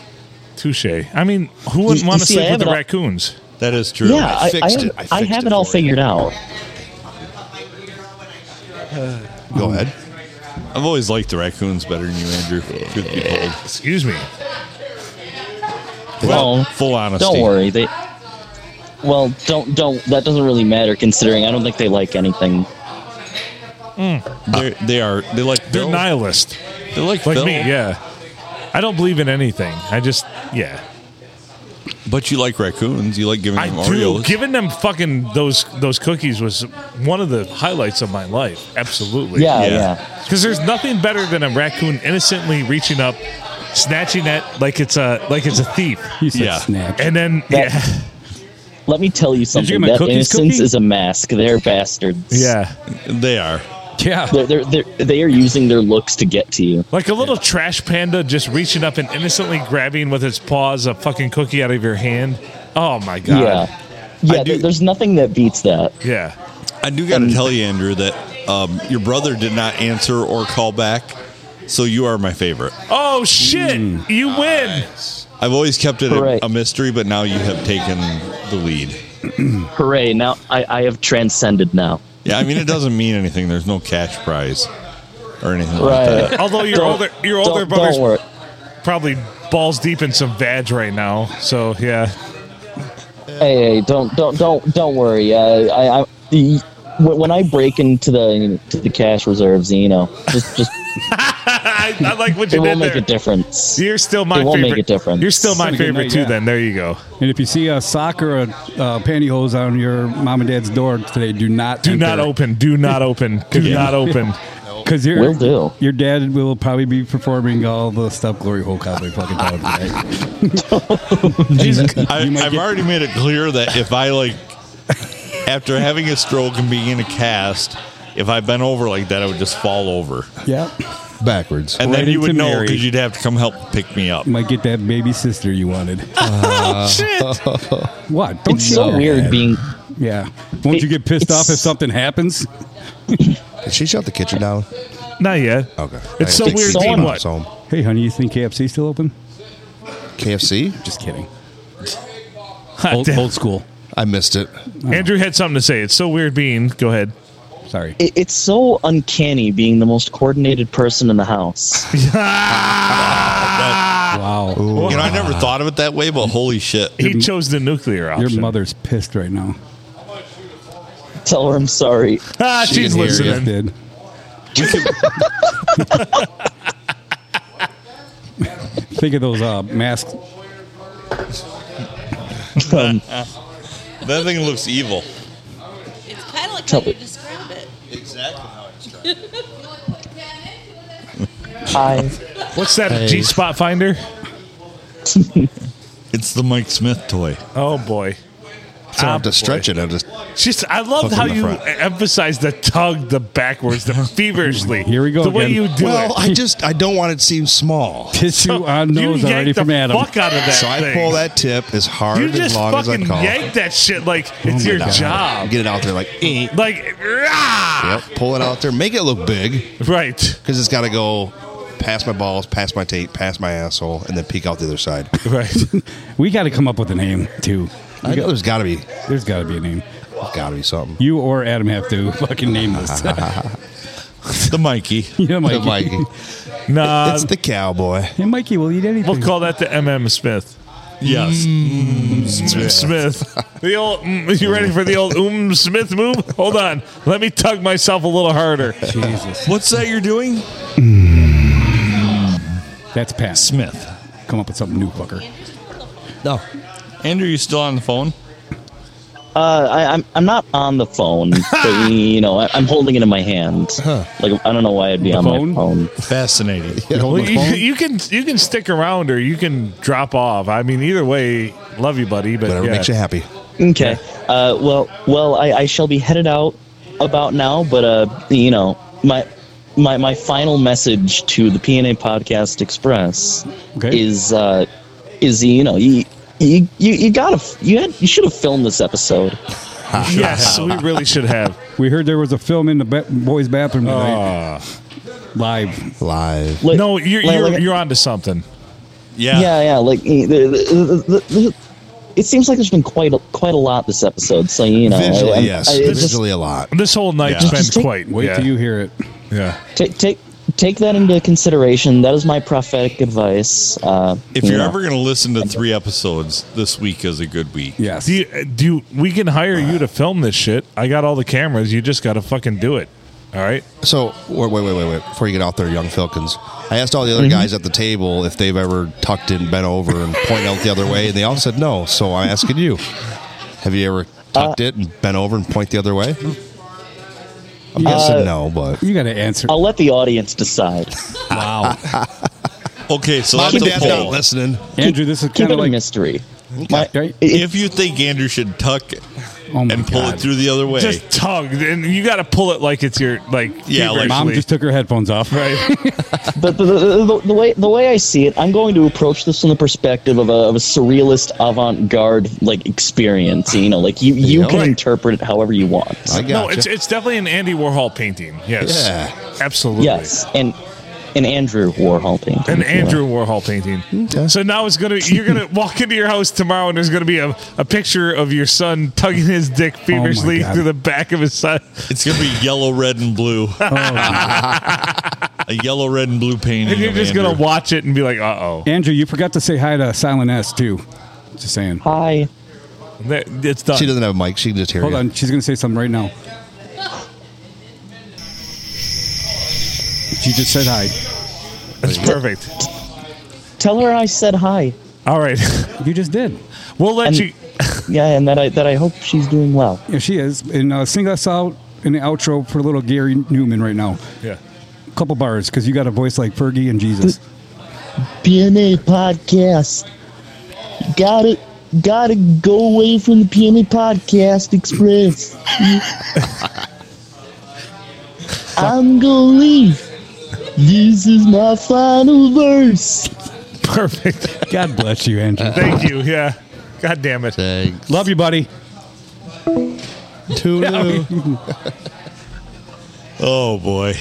Speaker 2: Touche. I mean, who wouldn't
Speaker 11: You-
Speaker 2: want to
Speaker 11: you see, I
Speaker 2: sleep
Speaker 11: have
Speaker 2: with the
Speaker 11: it all-
Speaker 2: raccoons?
Speaker 1: That is
Speaker 11: Yeah, I, I, have, I have it all figured out.
Speaker 1: Go ahead. I've always liked the raccoons better than you, Andrew. Truth be told.
Speaker 2: Excuse me.
Speaker 11: Well,
Speaker 1: full honesty.
Speaker 11: Don't worry. They well, don't don't. That doesn't really matter considering I don't think they like anything.
Speaker 1: They're, they are. They like.
Speaker 2: They're nihilist.
Speaker 1: They like
Speaker 2: like
Speaker 1: Phil.
Speaker 2: me. Yeah. I don't believe in anything. I just yeah.
Speaker 1: But you like raccoons. You like giving
Speaker 2: I
Speaker 1: them
Speaker 2: do.
Speaker 1: Oreos.
Speaker 2: Giving them fucking those those cookies was one of the highlights of my life. Absolutely.
Speaker 11: Yeah, Yeah. yeah.
Speaker 2: Because there's nothing better than a raccoon innocently reaching up, snatching it like it's a like it's a thief.
Speaker 7: You said Yeah. snatch.
Speaker 2: And then yeah,
Speaker 11: Let me tell
Speaker 2: Did
Speaker 11: you
Speaker 2: you
Speaker 11: something.
Speaker 2: get my
Speaker 11: that
Speaker 2: cookies,
Speaker 11: innocence
Speaker 2: cookie?
Speaker 11: is a mask. They're bastards.
Speaker 2: Yeah,
Speaker 1: they are.
Speaker 7: Yeah.
Speaker 11: They're, they're, they're, they are using their looks to get to you.
Speaker 2: like a little trash panda just reaching up and innocently grabbing with its paws a fucking cookie out of your hand. Oh my god.
Speaker 11: Yeah. Yeah. there- there's nothing that beats that.
Speaker 2: Yeah.
Speaker 1: I do got to tell you, Andrew, that um, your brother did not answer or call back, so you are my favorite.
Speaker 2: Oh shit!
Speaker 11: Mm.
Speaker 2: You win.
Speaker 1: I've always kept it
Speaker 11: Hooray.
Speaker 1: a, a mystery, but now you have taken the lead.
Speaker 11: Hooray! Now I, I have transcended now.
Speaker 1: Yeah, I mean it doesn't mean anything. There's no cash prize or anything like that.
Speaker 2: Uh, Although your
Speaker 11: Don't-
Speaker 2: older your
Speaker 11: don't-
Speaker 2: older
Speaker 11: don't
Speaker 2: brother's
Speaker 11: worry.
Speaker 2: probably balls deep in some vag right now. So yeah,
Speaker 11: Hey, hey, don't don't don't don't worry. Uh, I, I the, when when I break into the to the cash reserves, you know, just just
Speaker 2: I, I like what
Speaker 11: it
Speaker 2: you did
Speaker 11: won't make
Speaker 2: there.
Speaker 11: a difference.
Speaker 2: You're still my
Speaker 11: it won't
Speaker 2: favorite.
Speaker 11: make a difference.
Speaker 2: You're still my
Speaker 7: Have a good
Speaker 2: favorite
Speaker 7: night,
Speaker 2: too.
Speaker 7: yeah.
Speaker 2: Then there you go.
Speaker 7: And if you see a sock or a uh, pantyhose on your mom and dad's door today, do not
Speaker 2: Do not open. Do not open. Do not open.
Speaker 7: because your
Speaker 11: Will do.
Speaker 7: your dad will probably be performing all the stuff Glory Hole Cosplay fucking told right?
Speaker 1: Jesus. I, I've already made it clear that if I like after having a stroke and being in a cast, if I bent over like that, I would just fall over,
Speaker 7: yeah,
Speaker 3: backwards.
Speaker 1: and then
Speaker 7: Right
Speaker 1: you would
Speaker 7: into
Speaker 1: know
Speaker 7: Mary.
Speaker 1: because you'd have to come help pick me up.
Speaker 7: you might get that baby sister you wanted.
Speaker 2: Oh shit!
Speaker 7: What?
Speaker 11: It's
Speaker 7: you
Speaker 11: so
Speaker 7: know
Speaker 11: weird
Speaker 7: that?
Speaker 11: being.
Speaker 7: Yeah. Won't you get pissed off if
Speaker 11: it's-
Speaker 7: something happens?
Speaker 3: Did she shut the kitchen down?
Speaker 2: Not yet.
Speaker 3: Okay. I
Speaker 2: It's so
Speaker 3: think
Speaker 2: weird
Speaker 3: she
Speaker 2: being
Speaker 11: someone-
Speaker 2: what?
Speaker 3: It's home.
Speaker 7: Hey, honey, you think KFC still open?
Speaker 3: KFC?
Speaker 7: Just kidding.
Speaker 2: Hot
Speaker 7: Old,
Speaker 2: damn.
Speaker 7: old school.
Speaker 3: I missed it.
Speaker 2: Andrew had something to say. It's so weird being. Go ahead.
Speaker 7: Sorry.
Speaker 11: It, it's so uncanny being the most coordinated person in the house.
Speaker 7: Wow.
Speaker 1: You know, I never thought of it that way, but holy shit!
Speaker 2: He chose the nuclear option.
Speaker 7: Your mother's pissed right now.
Speaker 11: Tell her I'm sorry.
Speaker 2: Ah,
Speaker 3: She
Speaker 2: she's
Speaker 3: can hear you.
Speaker 7: Just
Speaker 2: listening.
Speaker 7: did. Think of those uh, masks.
Speaker 11: Um,
Speaker 1: That thing looks evil.
Speaker 12: It's kind of like
Speaker 11: Tell
Speaker 12: how you
Speaker 11: it.
Speaker 12: describe it.
Speaker 1: Exactly how I described.
Speaker 11: I
Speaker 2: What's that G spot finder?
Speaker 1: It's the Mike Smith toy.
Speaker 2: Oh boy.
Speaker 3: I
Speaker 2: Ah,
Speaker 3: don't have to stretch it. I just
Speaker 2: Just, I love
Speaker 3: Fuck
Speaker 2: how
Speaker 3: in the
Speaker 2: you
Speaker 3: front.
Speaker 2: emphasize the tug, the backwards, the feverishly.
Speaker 7: Here we go
Speaker 2: The way
Speaker 7: again.
Speaker 2: you do
Speaker 3: well,
Speaker 2: it.
Speaker 3: I just I don't want it to seem small.
Speaker 7: Tissue on nose
Speaker 2: you
Speaker 7: already
Speaker 2: yank
Speaker 7: from
Speaker 2: the
Speaker 7: Adam.
Speaker 2: fuck out of that
Speaker 3: So I
Speaker 2: thing.
Speaker 3: pull that tip as hard
Speaker 2: You
Speaker 3: as
Speaker 2: just
Speaker 3: long as I
Speaker 2: fucking
Speaker 3: can.
Speaker 2: yank that shit like it's
Speaker 3: Oh my
Speaker 2: your
Speaker 3: God.
Speaker 2: job.
Speaker 3: Get it out there like eh.
Speaker 2: Like, rah!
Speaker 3: Yep, pull it out there, make it look big
Speaker 2: right,
Speaker 3: because it's got to go past my balls, past my tape, past my asshole, and then peek out the other side.
Speaker 2: right.
Speaker 7: We got to come up with a name, too.
Speaker 3: I know there's got to be,
Speaker 7: There's got to be a name.
Speaker 3: got to be something.
Speaker 7: You or Adam have to fucking name this.
Speaker 1: The Mikey.
Speaker 7: yeah, Mikey.
Speaker 3: The Mikey.
Speaker 2: nah,
Speaker 3: it's the cowboy.
Speaker 7: Hey, Mikey, will you eat anything?
Speaker 2: we'll call that the MM Smith.
Speaker 1: Yes.
Speaker 2: Mm, Smith. The old. Mm, you ready for the old Um Smith move? Hold on. Let me tug myself a little harder.
Speaker 7: Jesus.
Speaker 1: What's that you're doing?
Speaker 7: That's Pat.
Speaker 1: Smith.
Speaker 7: Come up with something new, fucker.
Speaker 1: No. Andrew, you still on the phone?
Speaker 11: Uh, I, I'm I'm not on the phone, but you know I, I'm holding it in my hand. Like I don't know why I'd be on
Speaker 7: phone?
Speaker 11: my phone.
Speaker 1: Fascinating.
Speaker 2: Well, you, you can you can stick around or you can drop off. I mean, either way, love you, buddy. But
Speaker 3: Whatever
Speaker 2: yeah.
Speaker 3: makes you happy.
Speaker 11: Okay. Uh, well, well, I, I shall be headed out about now, but uh, you know, my my my final message to the PNA Podcast Express
Speaker 7: Okay.
Speaker 11: is uh, is you know you you you, you gotta you had you should have filmed this episode.
Speaker 2: yes, we really should have.
Speaker 1: Oh.
Speaker 7: We heard there was a film in the ba- boys' bathroom tonight. Live.
Speaker 3: Live.
Speaker 11: Like-
Speaker 2: Uh, no, you're
Speaker 11: like-
Speaker 2: you're,
Speaker 11: like-
Speaker 2: you're onto something.
Speaker 11: Yeah, yeah, Like eh, the, the, the, the, it seems like there's been quite a, quite a lot this episode. So you know, I- I'm- I- it's just-
Speaker 3: a lot.
Speaker 2: This whole night's
Speaker 11: Yeah.
Speaker 2: been
Speaker 11: Just take-
Speaker 2: quite.
Speaker 11: Wait
Speaker 2: yeah.
Speaker 11: till
Speaker 7: you hear it.
Speaker 2: Yeah.
Speaker 11: take take take that into consideration. That is my prophetic advice. Uh,
Speaker 1: If
Speaker 11: you
Speaker 1: you're
Speaker 11: know.
Speaker 1: ever going to listen to three episodes, this week is a good week.
Speaker 7: Yes.
Speaker 2: Do you, do you, we can hire you to film this shit. I got all the cameras. You just got to fucking do it. All right.
Speaker 3: So wait, wait, wait, wait, wait. Before you get out there, young Filkins, I asked all the other guys at the table if they've ever tucked in, bent over, and pointed out the other way, and they all said no. So I'm asking you, have you ever tucked it and bent over and point the other way? I'm
Speaker 11: Uh,
Speaker 3: guessing no, but
Speaker 7: you got to answer.
Speaker 11: I'll let the audience decide.
Speaker 7: Wow.
Speaker 1: Okay, so
Speaker 3: Mom
Speaker 1: that's
Speaker 3: and
Speaker 1: a
Speaker 3: Dad's
Speaker 1: poll.
Speaker 3: not listening.
Speaker 7: Andrew, this is
Speaker 11: Keep
Speaker 7: kind
Speaker 11: it
Speaker 7: of
Speaker 11: a
Speaker 7: like
Speaker 11: mystery.
Speaker 1: If you think Andrew should tuck it
Speaker 7: Oh
Speaker 1: and pull it through the other way,
Speaker 2: Just tug, and you got to pull it like it's your like.
Speaker 1: Yeah, like-
Speaker 7: mom just took her headphones off. Right.
Speaker 11: But the, the, the, the way the way I see it, I'm going to approach this from the perspective of a, of a surrealist avant-garde like experience. You know, like you you
Speaker 2: Yeah.
Speaker 11: can
Speaker 2: Right.
Speaker 11: interpret it however you want.
Speaker 2: no, it's it's definitely an Andy Warhol painting. Yes.
Speaker 11: Yeah.
Speaker 2: Absolutely.
Speaker 11: yes, and an Andrew Warhol painting.
Speaker 2: An
Speaker 11: if you will.
Speaker 2: Andrew Warhol painting. So now it's gonna you're gonna walk into your house tomorrow and there's gonna be a, a picture of your son tugging his
Speaker 3: Oh
Speaker 2: dick feverishly
Speaker 1: God.
Speaker 2: through the back of his son.
Speaker 1: it's going to be yellow, red, and blue.
Speaker 2: Oh,
Speaker 1: a yellow, red, and blue painting.
Speaker 2: And you're
Speaker 1: of
Speaker 2: just
Speaker 1: Andrew.
Speaker 2: gonna watch it and be like, uh oh.
Speaker 7: Andrew, you forgot to say hi to Silent S too. Just saying.
Speaker 11: Hi.
Speaker 2: It's done.
Speaker 3: She doesn't have a mic. She can just hear
Speaker 7: Hold
Speaker 3: you.
Speaker 7: on, she's gonna say something right now. She just said hi.
Speaker 2: That's perfect.
Speaker 11: Tell her I said hi.
Speaker 2: All right.
Speaker 7: You just did.
Speaker 2: We'll let
Speaker 11: And-
Speaker 2: you
Speaker 11: yeah, and that I that I hope she's doing well.
Speaker 7: Yeah, she is. And uh, sing us out in the outro for little Gary Newman right now.
Speaker 2: Yeah.
Speaker 7: Couple bars, because you got a voice like Fergie and Jesus.
Speaker 11: PNA podcast. Gotta gotta go away from the PNA podcast express. I'm gonna leave. This is my final verse.
Speaker 2: Perfect.
Speaker 7: God bless you, Andrew.
Speaker 2: Thank you. Yeah. God damn it.
Speaker 7: Love you, buddy.
Speaker 1: Oh boy.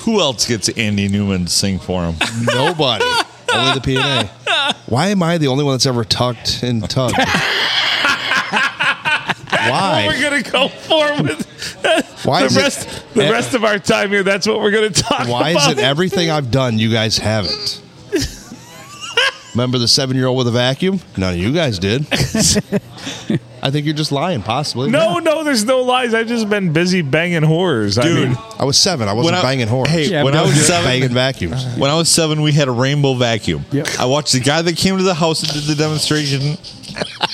Speaker 1: Who else gets Andy Newman to sing for him?
Speaker 3: Nobody. Only the PNA. Why am I the only one that's ever tucked and tugged?
Speaker 2: That's
Speaker 3: Why?
Speaker 2: what we're gonna go for with
Speaker 3: Why is
Speaker 2: the
Speaker 3: it-
Speaker 2: rest the
Speaker 3: Eh.
Speaker 2: rest of our time here. That's what we're gonna talk
Speaker 3: Why is
Speaker 2: about.
Speaker 3: it everything I've done you guys haven't? Remember the seven year old with a vacuum? None of you guys did. I think you're just lying, possibly.
Speaker 2: No, no, there's no lies. I've just been busy banging horrors. I mean,
Speaker 3: I was seven. I wasn't
Speaker 1: When I-
Speaker 3: banging horse.
Speaker 1: Hey, Yeah, when but I was seven-
Speaker 3: banging vacuums.
Speaker 1: When I was seven, we had a rainbow vacuum. I watched the guy that came to the house and did the demonstration.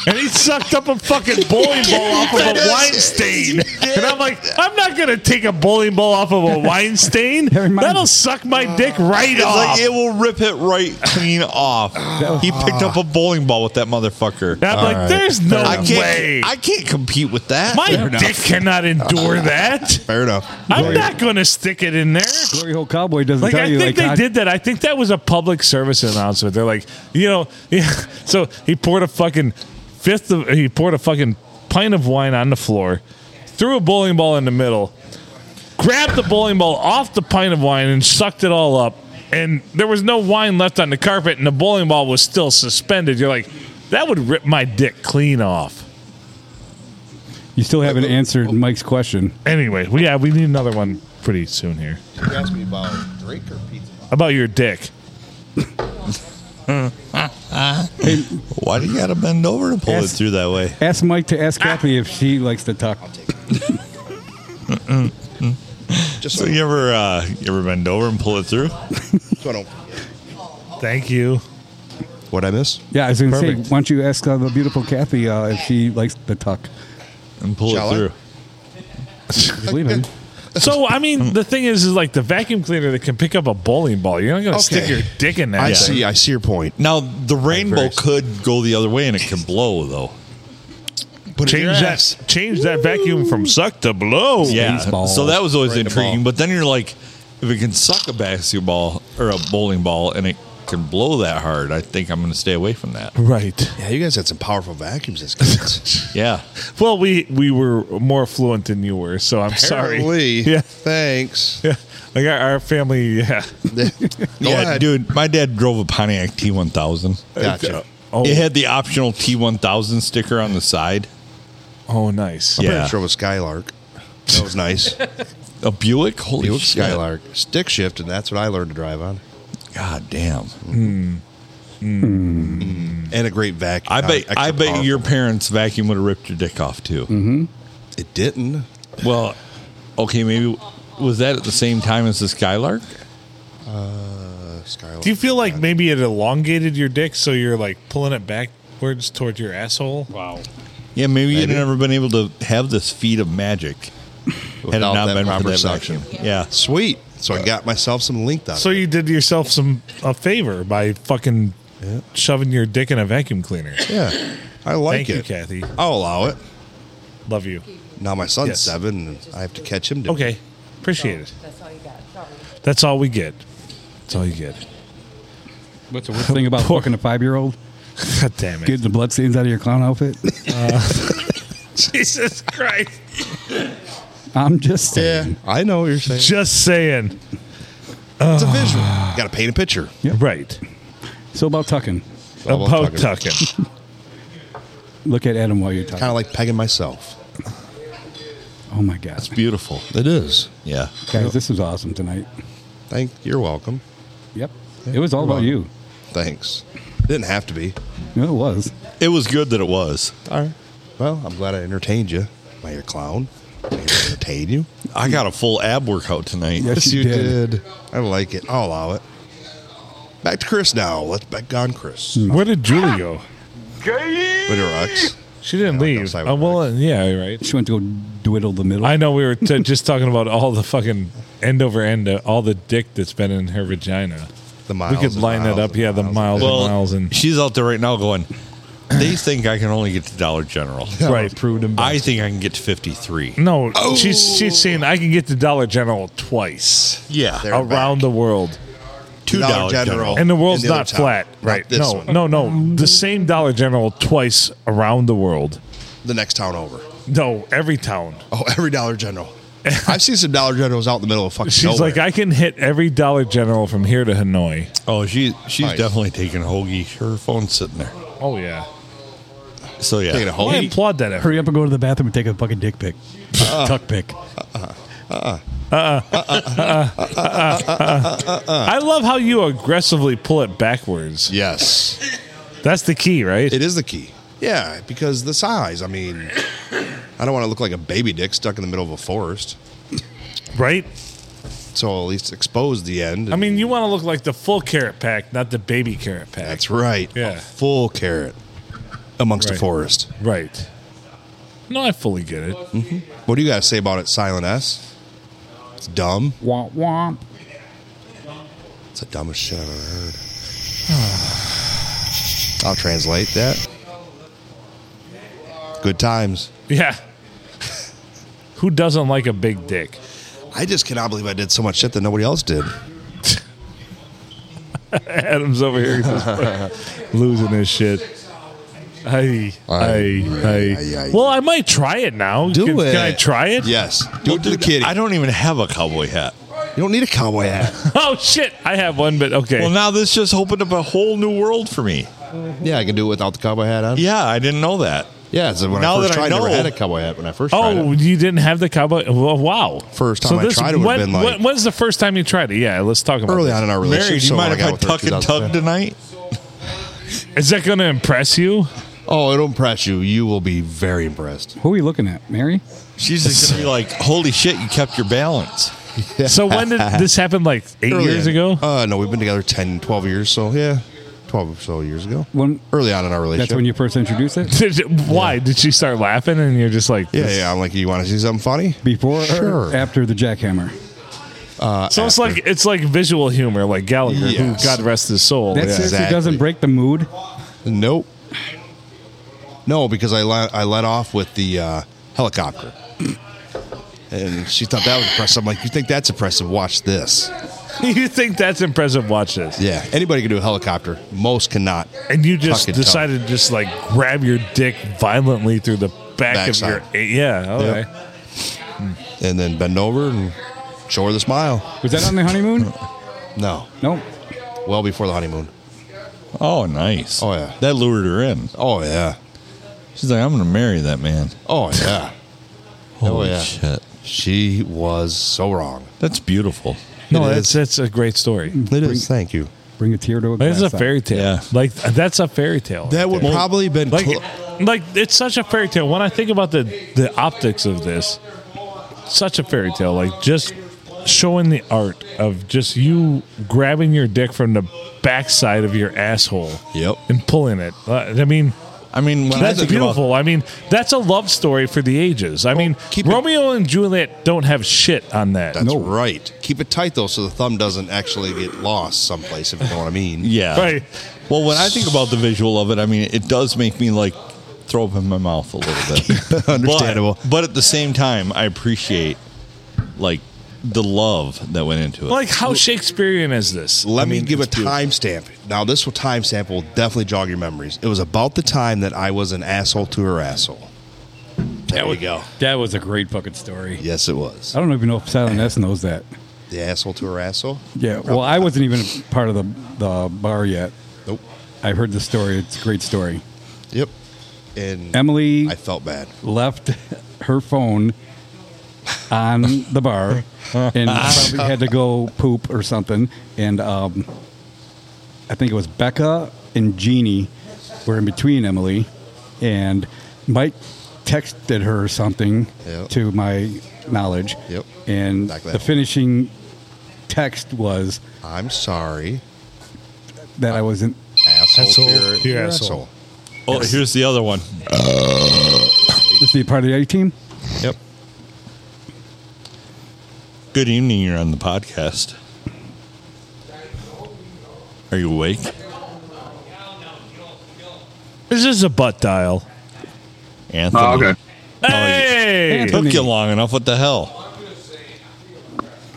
Speaker 2: and he sucked up a fucking bowling ball off of a wine stain. And I'm like, I'm not gonna take a bowling ball off of a wine stain. That'll suck my dick right
Speaker 1: Uh, It's
Speaker 2: off.
Speaker 1: like it will rip it right clean off. He picked up a bowling ball with that motherfucker.
Speaker 2: I'm like, there's no
Speaker 1: I can't,
Speaker 2: way.
Speaker 1: I can't compete with that.
Speaker 2: my dick cannot endure that.
Speaker 3: Fair enough.
Speaker 2: I'm not gonna stick it in there.
Speaker 7: Glory Hole Cowboy doesn't
Speaker 2: Like
Speaker 7: tell
Speaker 2: I
Speaker 7: you
Speaker 2: think
Speaker 7: like
Speaker 2: they
Speaker 7: how-
Speaker 2: did that. I think that was a public service announcement. They're like, you know, yeah. So he poured a fucking fifth of he poured a fucking pint of wine on the floor, threw a bowling ball in the middle, grabbed the bowling ball off the pint of wine and sucked it all up. And there was no wine left on the carpet, and the bowling ball was still suspended. You're like, that would rip my dick clean off.
Speaker 7: You still haven't
Speaker 2: Oh.
Speaker 7: answered Mike's question.
Speaker 2: Anyway, we yeah, we need another one pretty soon here
Speaker 3: You asked me about Drake or pizza.
Speaker 2: about your dick.
Speaker 1: Why do you gotta bend over to pull
Speaker 7: Ask-
Speaker 1: it through that way?
Speaker 7: Ask Mike to ask Kathy if she likes to tuck.
Speaker 3: Just
Speaker 1: So you ever uh, you ever bend over and pull it through?
Speaker 3: so I don't.
Speaker 2: Thank you.
Speaker 3: What I miss?
Speaker 7: Yeah, I was going to say, why
Speaker 3: Perfect.
Speaker 7: don't you ask uh, the beautiful Kathy uh, if she likes to tuck?
Speaker 1: And pull
Speaker 3: Shall I?
Speaker 1: it through.
Speaker 7: Just leave it.
Speaker 2: So I mean, the thing is, is like the vacuum cleaner that can pick up a bowling ball. You're not going to stick
Speaker 3: Okay.
Speaker 2: your dick in that.
Speaker 3: I
Speaker 2: thing.
Speaker 3: see. I see your point.
Speaker 1: Now the rainbow could go the other way and it can blow though.
Speaker 3: Put it in your
Speaker 2: Change
Speaker 3: ass.
Speaker 2: that. Change that vacuum from suck to blow.
Speaker 1: Yeah.
Speaker 7: Baseballs.
Speaker 1: So that was always
Speaker 3: Right in the
Speaker 1: intriguing.
Speaker 3: ball.
Speaker 1: But then you're like, if it can suck a basketball or a bowling ball and it can blow that hard, I think I'm going to stay away from that.
Speaker 2: Right.
Speaker 3: Yeah, you guys had some powerful vacuums as kids.
Speaker 1: Yeah.
Speaker 2: Well, we we were more fluent than you were, so I'm sorry.
Speaker 3: Apparently.
Speaker 2: Yeah.
Speaker 3: Thanks.
Speaker 2: Yeah. Like our, our family, yeah.
Speaker 1: yeah, dude, my dad drove a Pontiac T1000.
Speaker 2: Gotcha.
Speaker 3: Oh.
Speaker 1: It had the optional T1000 sticker on the side.
Speaker 2: Oh, nice.
Speaker 3: I'm
Speaker 1: yeah.
Speaker 3: pretty sure it was Skylark. That was nice.
Speaker 1: a Buick? Holy
Speaker 3: Buick
Speaker 1: shit.
Speaker 3: Skylark. Stick shift, and that's what I learned to drive on.
Speaker 1: God damn.
Speaker 3: Mm-hmm. And a great vacuum.
Speaker 1: I bet
Speaker 3: Uh, Extra
Speaker 1: I bet
Speaker 3: powerful.
Speaker 1: your parents' vacuum would have ripped your dick off too.
Speaker 3: Mhm. It didn't.
Speaker 1: Well, okay, maybe was that at the same time as the Skylark?
Speaker 3: Uh, Skylark.
Speaker 2: Do you feel like maybe it elongated your dick so you're like pulling it backwards toward your asshole? Wow.
Speaker 1: Yeah, maybe, you'd have never been able to have this feat of magic had it
Speaker 3: Without
Speaker 1: not
Speaker 3: that
Speaker 1: been for
Speaker 3: proper
Speaker 1: that
Speaker 3: suction.
Speaker 1: suction. Yeah,
Speaker 3: sweet. So I got myself some linked up.
Speaker 2: So you did yourself some a favor by fucking shoving your dick in a vacuum cleaner.
Speaker 3: Yeah, I like
Speaker 2: Thank you,
Speaker 3: it.
Speaker 2: Kathy.
Speaker 3: I'll allow it.
Speaker 2: Love you.
Speaker 3: Now my son's
Speaker 2: Yes.
Speaker 3: seven, and I have to catch him. To
Speaker 2: Okay, appreciate it. That's all we get. That's all you get.
Speaker 7: What's the worst thing about fucking a five year old?
Speaker 2: God damn it.
Speaker 7: Getting the bloodstains out of your clown outfit.
Speaker 2: Jesus Christ.
Speaker 7: I'm just saying.
Speaker 3: I know what you're saying.
Speaker 2: Just saying.
Speaker 3: It's a visual. Got to paint a picture.
Speaker 2: Right.
Speaker 7: So about tucking.
Speaker 3: About About tucking.
Speaker 7: Look at Adam while you're tucking.
Speaker 3: Kind of like pegging myself.
Speaker 7: Oh my God.
Speaker 1: it's beautiful.
Speaker 3: It is.
Speaker 1: Yeah,
Speaker 7: Guys, this was awesome tonight.
Speaker 3: Thank. You're welcome.
Speaker 7: Yep. It was all
Speaker 3: You're
Speaker 7: about
Speaker 3: welcome.
Speaker 7: you.
Speaker 3: Thanks. Didn't have to be.
Speaker 7: No, it was.
Speaker 1: it was good that it was.
Speaker 3: All right. Well, I'm glad I entertained you. Am I your clown? Am I here to entertain you?
Speaker 1: I got a full ab workout tonight.
Speaker 7: Yes, you did.
Speaker 3: I like it. I'll allow it. Back to Chris now. Let's back on Chris.
Speaker 2: Where did Julie go?
Speaker 3: Bitterux.
Speaker 2: She didn't leave.
Speaker 3: outside
Speaker 2: Oh, well, yeah, you're right.
Speaker 7: She went to go dwiddle the middle.
Speaker 2: I know we were t- just talking about all the fucking end over end, uh, all the dick that's been in her vagina.
Speaker 3: The miles
Speaker 2: We could
Speaker 3: and
Speaker 2: line that
Speaker 3: miles
Speaker 2: up.
Speaker 3: and
Speaker 2: Yeah, the miles and
Speaker 1: Well,
Speaker 2: miles and
Speaker 1: she's out there right now going. They think I can only get to Dollar General.
Speaker 2: right. Hmm?
Speaker 1: I think I can get to fifty three.
Speaker 2: No,
Speaker 3: Oh.
Speaker 2: she's she's saying I can get to Dollar General twice
Speaker 1: Yeah,
Speaker 3: They're
Speaker 2: around the world,
Speaker 1: two Dollar General.
Speaker 2: and the world's
Speaker 3: other
Speaker 2: not
Speaker 3: town.
Speaker 2: flat.
Speaker 3: Not
Speaker 2: Right?
Speaker 3: this
Speaker 2: no,
Speaker 3: one.
Speaker 2: no, no. The same Dollar General twice around the world.
Speaker 3: The next town over.
Speaker 2: No, every town.
Speaker 3: Oh, every Dollar General. I've seen some Dollar Generals out in the middle of fucking
Speaker 2: She's
Speaker 3: nowhere.
Speaker 2: like, I can hit every Dollar General from here to Hanoi.
Speaker 1: Oh, she she's
Speaker 3: Nice.
Speaker 1: definitely taking a hoagie. Her phone's sitting there.
Speaker 2: Oh yeah.
Speaker 1: So yeah,
Speaker 3: Taking a
Speaker 2: I
Speaker 3: hoagie?
Speaker 2: applaud that effort.
Speaker 7: Hurry up and go to the bathroom and take a fucking dick pic.
Speaker 2: Uh.
Speaker 7: Tuck pic.
Speaker 2: I love how you aggressively pull it backwards.
Speaker 3: Yes.
Speaker 2: That's the key, right?
Speaker 3: It is the key. Yeah, because the size. I mean, I don't want to look like a baby dick stuck in the middle of a forest.
Speaker 2: right?
Speaker 3: So at least expose the end.
Speaker 2: I mean, you want to look like the full carrot pack, not the baby carrot pack.
Speaker 3: that's right.
Speaker 2: Yeah.
Speaker 3: A full carrot amongst
Speaker 2: Right.
Speaker 3: the forest.
Speaker 2: right. No, I fully get it.
Speaker 3: What do you guys say about it, Silent S? It's dumb.
Speaker 7: Womp womp.
Speaker 3: It's the dumbest shit I've ever heard. I'll translate that. Good times.
Speaker 2: Yeah. Who doesn't like a big dick?
Speaker 3: I just cannot believe I did so much shit that nobody else did.
Speaker 2: Adam's over here just losing his shit. I, I, I. Well, I might try it now.
Speaker 3: Do
Speaker 2: can, Can I
Speaker 3: it.
Speaker 2: try it?
Speaker 3: Yes. Do it to the kitty.
Speaker 1: I don't even have a cowboy hat.
Speaker 3: you don't need a cowboy hat.
Speaker 2: Oh shit! I have one, but okay.
Speaker 1: Well, now this just opened up a whole new world for me.
Speaker 3: yeah, I can do it without the cowboy hat on.
Speaker 1: Yeah, I didn't know that.
Speaker 3: Yeah, so when
Speaker 1: Now
Speaker 3: I first
Speaker 1: that I
Speaker 3: tried, I never
Speaker 1: know-
Speaker 3: had a cowboy hat when I first tried
Speaker 2: Oh,
Speaker 3: it.
Speaker 2: you didn't have the cowboy? Well, wow.
Speaker 3: First time I tried it would've
Speaker 2: when-
Speaker 3: been like-
Speaker 2: when- when's the first time you tried it? Yeah, let's talk about
Speaker 3: Early
Speaker 2: this.
Speaker 3: on in our relationship,
Speaker 1: Mary, do you
Speaker 3: so
Speaker 1: mind
Speaker 3: when
Speaker 1: if I
Speaker 3: got with her
Speaker 1: tuck and tug
Speaker 3: 2010
Speaker 1: tonight?
Speaker 2: Is that going to impress you?
Speaker 3: Oh, it'll impress you. You will be very impressed.
Speaker 7: Who are we looking at? Mary?
Speaker 1: She's just gonna be like, "Holy shit, you kept your balance."
Speaker 2: So when did this happen? Like eight
Speaker 3: Early
Speaker 2: years
Speaker 3: on-
Speaker 2: ago?
Speaker 3: Uh, no, we've been together 10, 12 years. So yeah, twelve or so years ago.
Speaker 7: When
Speaker 3: Early on in our relationship.
Speaker 7: that's when you first introduced it?
Speaker 2: Did, why did she start laughing? And you're just like,
Speaker 3: Yeah,
Speaker 2: this-
Speaker 3: yeah. I'm like, you want to see something funny?
Speaker 7: Before
Speaker 3: Sure. Oh, Uh,
Speaker 7: or after the jackhammer?
Speaker 2: So it's like it's like visual humor, like Gallagher,
Speaker 3: Yes.
Speaker 2: who God rest his soul.
Speaker 7: That
Speaker 2: yeah.
Speaker 7: seriously
Speaker 3: Exactly.
Speaker 7: doesn't break the mood.
Speaker 3: Nope. No, because I let, I let off with the uh, helicopter. And she thought that was impressive. I'm like, you think that's impressive? Watch this.
Speaker 2: you think that's impressive? Watch this,
Speaker 3: Yeah, anybody can do a helicopter. Most cannot.
Speaker 2: and you just
Speaker 3: Fucking tough.
Speaker 2: decided to just like grab your dick violently through the back of
Speaker 3: Backside.
Speaker 2: your yeah. Okay,
Speaker 3: And then bend over and Show her the smile.
Speaker 7: Was that on the honeymoon?
Speaker 3: no.
Speaker 7: Nope.
Speaker 3: Well before the honeymoon.
Speaker 1: Oh, nice.
Speaker 3: Oh yeah.
Speaker 1: That lured her in.
Speaker 3: Oh yeah.
Speaker 1: She's like, I'm gonna marry that man.
Speaker 3: Oh yeah.
Speaker 1: Holy
Speaker 3: oh yeah.
Speaker 1: shit.
Speaker 3: She was so wrong.
Speaker 1: That's beautiful.
Speaker 2: No,
Speaker 3: It
Speaker 2: that's that's a great story.
Speaker 3: It is. Thank you.
Speaker 7: Bring a tear to a
Speaker 2: That's
Speaker 7: glass
Speaker 2: a
Speaker 7: eye.
Speaker 2: fairy tale.
Speaker 1: Yeah.
Speaker 2: Like that's a fairy tale.
Speaker 3: That would
Speaker 2: there.
Speaker 3: probably been
Speaker 2: like,
Speaker 3: cl-
Speaker 2: like it's such a fairy tale. When I think about the the optics of this, such a fairy tale. Like just showing the art of just you grabbing your dick from the backside of your asshole
Speaker 3: Yep.
Speaker 2: and pulling it. Uh, I mean.
Speaker 1: I mean, when I
Speaker 2: That's
Speaker 1: think about-
Speaker 2: beautiful. I mean, that's a love story for the ages. I mean,
Speaker 3: keep it-
Speaker 2: Romeo and Juliet don't have shit on that.
Speaker 3: That's right. Keep it tight though, so the thumb doesn't actually get lost someplace. If you know what I mean.
Speaker 1: Yeah.
Speaker 2: Right.
Speaker 1: Well, when I think about the visual of it, I mean, it does make me like throw up in my mouth a little bit.
Speaker 3: Understandable.
Speaker 1: But, but at the same time, I appreciate like the love that went into it.
Speaker 2: Like, how Shakespearean is this?
Speaker 3: Let
Speaker 2: I mean,
Speaker 3: me give a
Speaker 2: it's beautiful.
Speaker 3: timestamp. Now, this will timestamp will definitely jog your memories. It was about the time that I was an asshole to her asshole. There we go. Oh.
Speaker 7: That was a great fucking story.
Speaker 3: Yes, it was.
Speaker 7: I don't even know if Silent S knows that.
Speaker 3: The asshole to her asshole.
Speaker 7: Yeah. Well, I wasn't even part of the the bar yet.
Speaker 3: Nope.
Speaker 7: I heard the story. It's a great story.
Speaker 3: Yep. And
Speaker 7: Emily
Speaker 3: I felt bad.
Speaker 7: left her phone on the bar and probably had to go poop or something. And um, I think it was Becca and Jeannie were in between Emily, and Mike texted her something
Speaker 3: Yep.
Speaker 7: to my knowledge.
Speaker 3: Yep.
Speaker 7: And
Speaker 3: Back that
Speaker 7: the
Speaker 3: one.
Speaker 7: finishing text was
Speaker 3: I'm sorry,
Speaker 7: that I wasn't.
Speaker 3: asshole,
Speaker 2: Asshole
Speaker 3: to
Speaker 2: to
Speaker 3: your,
Speaker 2: your
Speaker 3: asshole.
Speaker 1: oh, here's the other one.
Speaker 7: Is he part of the A team?
Speaker 3: Yep.
Speaker 1: Good evening. You're on the podcast. Are you awake?
Speaker 2: This is a butt dial.
Speaker 1: Anthony.
Speaker 13: okay.
Speaker 3: Oh,
Speaker 2: Hey!
Speaker 7: Anthony.
Speaker 1: Took you long enough. What the hell?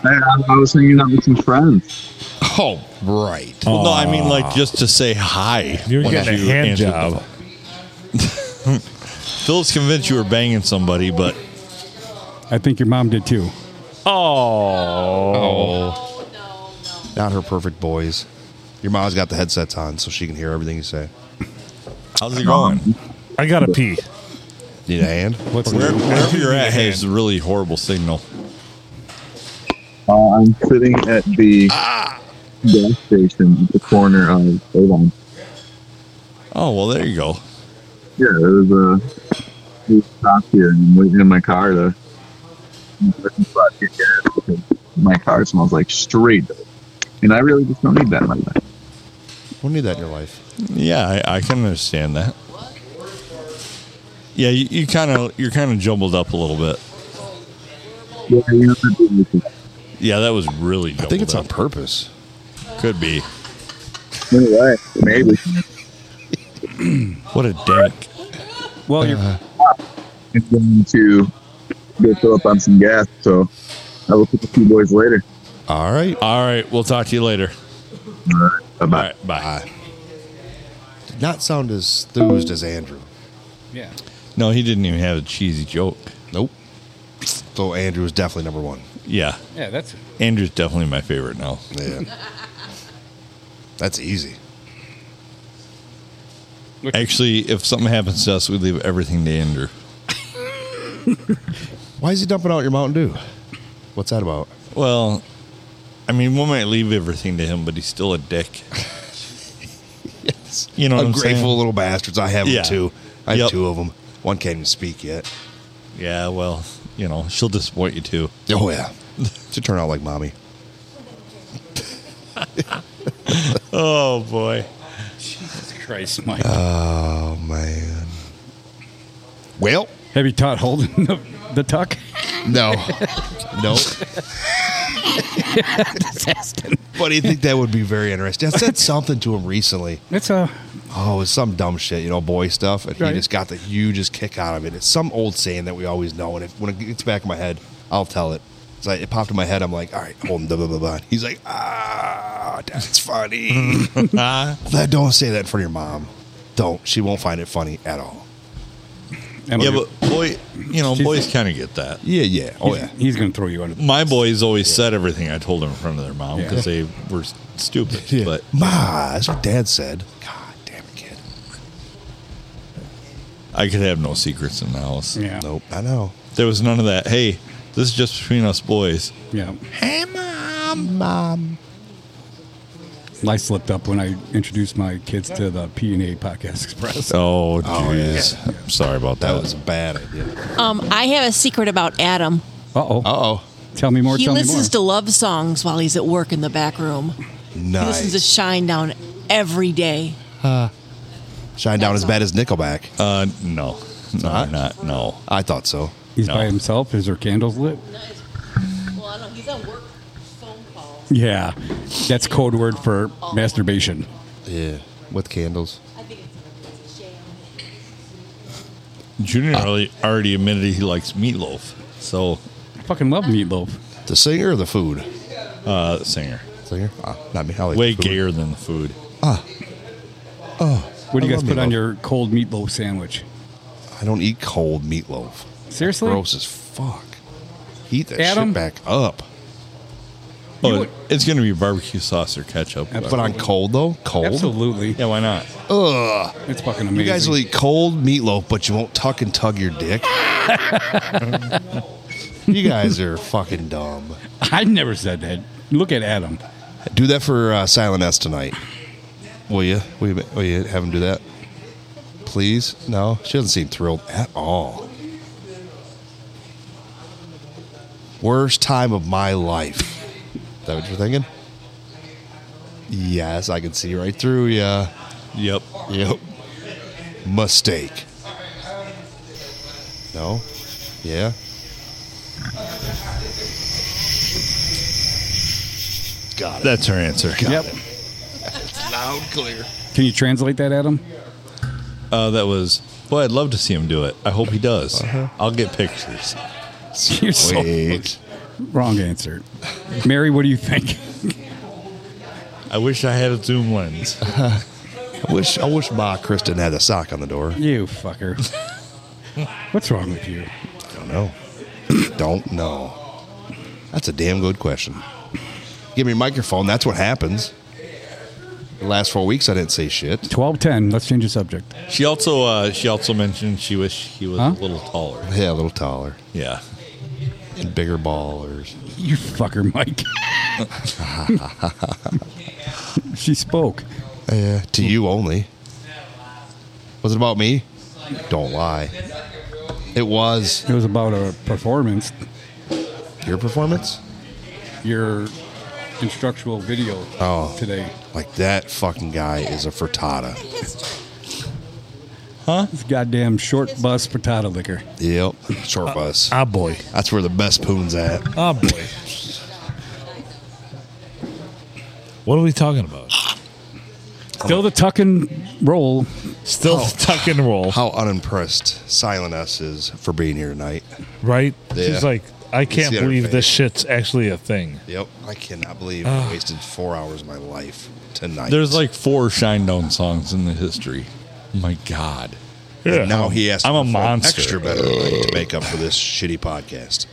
Speaker 13: Hey, I, I was hanging out with some friends.
Speaker 3: Oh, right.
Speaker 1: Well, no, I mean like just to say hi.
Speaker 2: You're
Speaker 1: once
Speaker 2: getting a
Speaker 1: you
Speaker 2: hand
Speaker 1: answered the
Speaker 2: job.
Speaker 1: phone. Phil's convinced you were banging somebody, but
Speaker 7: I think your mom did too.
Speaker 2: Oh.
Speaker 3: Oh. Not her perfect boys. Your mom's got the headsets on, so she can hear everything you say.
Speaker 1: how's it going?
Speaker 2: I got to pee.
Speaker 3: Need a hand?
Speaker 7: What's
Speaker 1: Where,
Speaker 7: new?
Speaker 1: wherever you're at has a really horrible signal.
Speaker 13: Uh, I'm sitting at the
Speaker 6: Ah.
Speaker 13: gas station at the corner of Avon.
Speaker 1: Oh well, there you go.
Speaker 13: Yeah, there's a there's a stop here, and I'm waiting in my car to I'm looking for a good gas because my car smells like straight dope. And I really just don't need that in my life.
Speaker 3: We'll need that in your life.
Speaker 1: Yeah, I, I can understand that. Yeah, you, you kind of you're kind of jumbled up a little bit.
Speaker 13: Yeah, you know, I'm doing this.
Speaker 1: Yeah, that was really.
Speaker 3: I
Speaker 1: Jumbled
Speaker 3: think it's on
Speaker 1: up.
Speaker 3: purpose.
Speaker 1: Could be.
Speaker 13: Anyway, maybe.
Speaker 1: What a dank.
Speaker 7: Well, your
Speaker 13: It's going to go fill up on some gas, so I will see you boys later.
Speaker 3: All right.
Speaker 1: All right, we'll talk to you later.
Speaker 13: All right, bye-bye.
Speaker 1: All right, bye.
Speaker 3: Bye. Did not sound as enthused as Andrew.
Speaker 7: yeah.
Speaker 1: No, he didn't even have a cheesy joke.
Speaker 3: Nope. So Andrew is definitely number one.
Speaker 1: Yeah,
Speaker 7: Yeah, that's
Speaker 1: Andrew's definitely my favorite now.
Speaker 3: Yeah. That's easy.
Speaker 1: Actually, if something happens to us, we leave everything to Andrew.
Speaker 3: Why is he dumping out your Mountain Dew? What's that about?
Speaker 1: Well, I mean, we might leave everything to him, but he's still a dick. You know what I'm
Speaker 3: Ungrateful
Speaker 1: saying?
Speaker 3: little bastards. I have
Speaker 1: Yeah.
Speaker 3: them too. I have
Speaker 1: Yep.
Speaker 3: two of them. One can't even speak yet.
Speaker 1: Yeah, well, you know, she'll disappoint you too.
Speaker 3: Oh yeah. Should turn out like mommy.
Speaker 1: Oh boy.
Speaker 7: Christ, Mike.
Speaker 3: Oh man. Well,
Speaker 7: Have you taught holding the, the tuck?
Speaker 3: no, no.
Speaker 7: That's Aston.
Speaker 3: But you think that would be very interesting. I said something to him recently.
Speaker 7: That's a
Speaker 3: Oh, it was some dumb shit, you know, boy stuff, and
Speaker 7: Right.
Speaker 3: he just got the hugest kick out of it. It's some old saying that we always know, and if, when it gets back in my head, I'll tell it. It's like it popped in my head. I'm like, all right, hold him, blah blah blah. blah. He's like, ah, that's funny.
Speaker 1: Ah,
Speaker 3: that don't say that in front of your mom. Don't. She won't find it funny at all.
Speaker 1: yeah, but boy, you know, boys kind of get that.
Speaker 7: Yeah, yeah.
Speaker 1: Oh,
Speaker 7: he's, He's going to throw you under the
Speaker 1: My boys always said everything I told them in front of their mom because
Speaker 7: Yeah.
Speaker 1: they were s- stupid. But
Speaker 3: Ma, that's what Dad said.
Speaker 1: I could have no secrets in the house.
Speaker 3: Yeah. Nope. I know.
Speaker 1: There was none of that. Hey, this is just between us boys.
Speaker 7: Yeah.
Speaker 3: Hey, mom. Mom.
Speaker 7: I slipped up when I introduced my kids to the P&A Podcast Express.
Speaker 1: Oh,
Speaker 7: Oh,
Speaker 1: jeez. I'm sorry about that. That was
Speaker 3: a bad idea.
Speaker 12: Um, I have a secret about Adam.
Speaker 7: Uh oh. Uh
Speaker 3: oh.
Speaker 7: Tell me more.
Speaker 12: he
Speaker 7: tell
Speaker 12: listens
Speaker 7: me
Speaker 12: to love songs while he's at work in the back room. He listens to Shine Down every day.
Speaker 3: Uh, Shine down as bad as Nickelback.
Speaker 1: Uh, no, no, not? not no.
Speaker 3: I thought so.
Speaker 7: He's by himself. Is there candles lit?
Speaker 12: Well, I don't, he's on work.
Speaker 7: more. Yeah. That's code word for masturbation.
Speaker 3: Yeah. With candles.
Speaker 1: Junior already already admitted he likes meatloaf. So
Speaker 7: I fucking love meatloaf.
Speaker 3: The singer or the food?
Speaker 1: Uh, singer.
Speaker 3: Singer. Ah, not me. I like
Speaker 1: Way
Speaker 3: the food.
Speaker 1: gayer than the food.
Speaker 3: Oh,
Speaker 7: What do you
Speaker 3: I
Speaker 7: guys
Speaker 3: love
Speaker 7: put on
Speaker 3: meatloaf.
Speaker 7: your cold meatloaf sandwich?
Speaker 3: I don't eat cold meatloaf.
Speaker 7: Seriously?
Speaker 3: Gross as fuck. Heat that
Speaker 7: Adam?
Speaker 3: shit back up.
Speaker 1: Oh, it's going to be barbecue sauce or ketchup.
Speaker 3: But on cold though, cold.
Speaker 7: Absolutely.
Speaker 1: Yeah, why not?
Speaker 3: Ugh.
Speaker 7: It's fucking
Speaker 3: You guys
Speaker 7: amazing.
Speaker 3: will eat cold meatloaf, but you won't tuck and tug your dick. you guys are fucking dumb.
Speaker 7: I never said that. Look at Adam.
Speaker 3: Do that for uh, Silent S tonight. Will you? Will you, will you have him do that? Please? No. She doesn't seem thrilled at all. Worst time of my life. Is that what you're thinking? Yes, I can see right through ya.
Speaker 1: Yep.
Speaker 3: Yep. Mistake. No? Yeah? Got it.
Speaker 1: That's her answer.
Speaker 3: Got
Speaker 7: Yep.
Speaker 3: it. It's loud, clear.
Speaker 7: Can you translate that, Adam?
Speaker 1: Uh, that was. Boy, I'd love to see him do it. I hope he does. I'll get pictures.
Speaker 7: You're so- Wrong answer. Mary, what do you think?
Speaker 1: I wish I had a zoom lens.
Speaker 3: I wish I wish Ma Kristen had a sock on the door.
Speaker 7: You fucker. What's wrong with you?
Speaker 3: Don't know. Don't know. That's a damn good question. Give me a microphone. That's what happens. The last four weeks, I didn't say shit.
Speaker 7: Twelve ten. Let's change the subject.
Speaker 1: She also uh, she also mentioned she wished he was
Speaker 7: Huh?
Speaker 1: a little taller.
Speaker 3: Yeah, a little taller.
Speaker 1: Yeah.
Speaker 3: And bigger ballers.
Speaker 7: You fucker, Mike. she spoke.
Speaker 3: Yeah, to you only. Was it about me? Don't lie. It was.
Speaker 7: It was about a performance.
Speaker 3: Your performance?
Speaker 7: Your instructional video
Speaker 3: Oh.
Speaker 7: today.
Speaker 3: Like that fucking guy is a frittata.
Speaker 7: Huh? This goddamn short bus frittata liquor.
Speaker 3: Yep. Short bus.
Speaker 2: Ah, boy.
Speaker 3: That's where the best poon's at.
Speaker 2: Oh boy. what are we talking about?
Speaker 7: Still the tuck and roll.
Speaker 2: Still the tuck and roll.
Speaker 3: How unimpressed Silent S is for being here tonight.
Speaker 2: Right?
Speaker 3: Yeah.
Speaker 2: She's like, I
Speaker 3: You
Speaker 2: can't
Speaker 3: see on her
Speaker 2: believe this
Speaker 3: face.
Speaker 2: shit's actually a thing.
Speaker 3: Yep. I cannot believe
Speaker 2: Ah.
Speaker 3: I wasted four hours of my life tonight.
Speaker 1: There's like four Shinedown songs in the history. My God.
Speaker 3: And now he has to
Speaker 1: I'm a
Speaker 3: perform
Speaker 1: monster.
Speaker 3: extra better tonight to make up for this shitty podcast.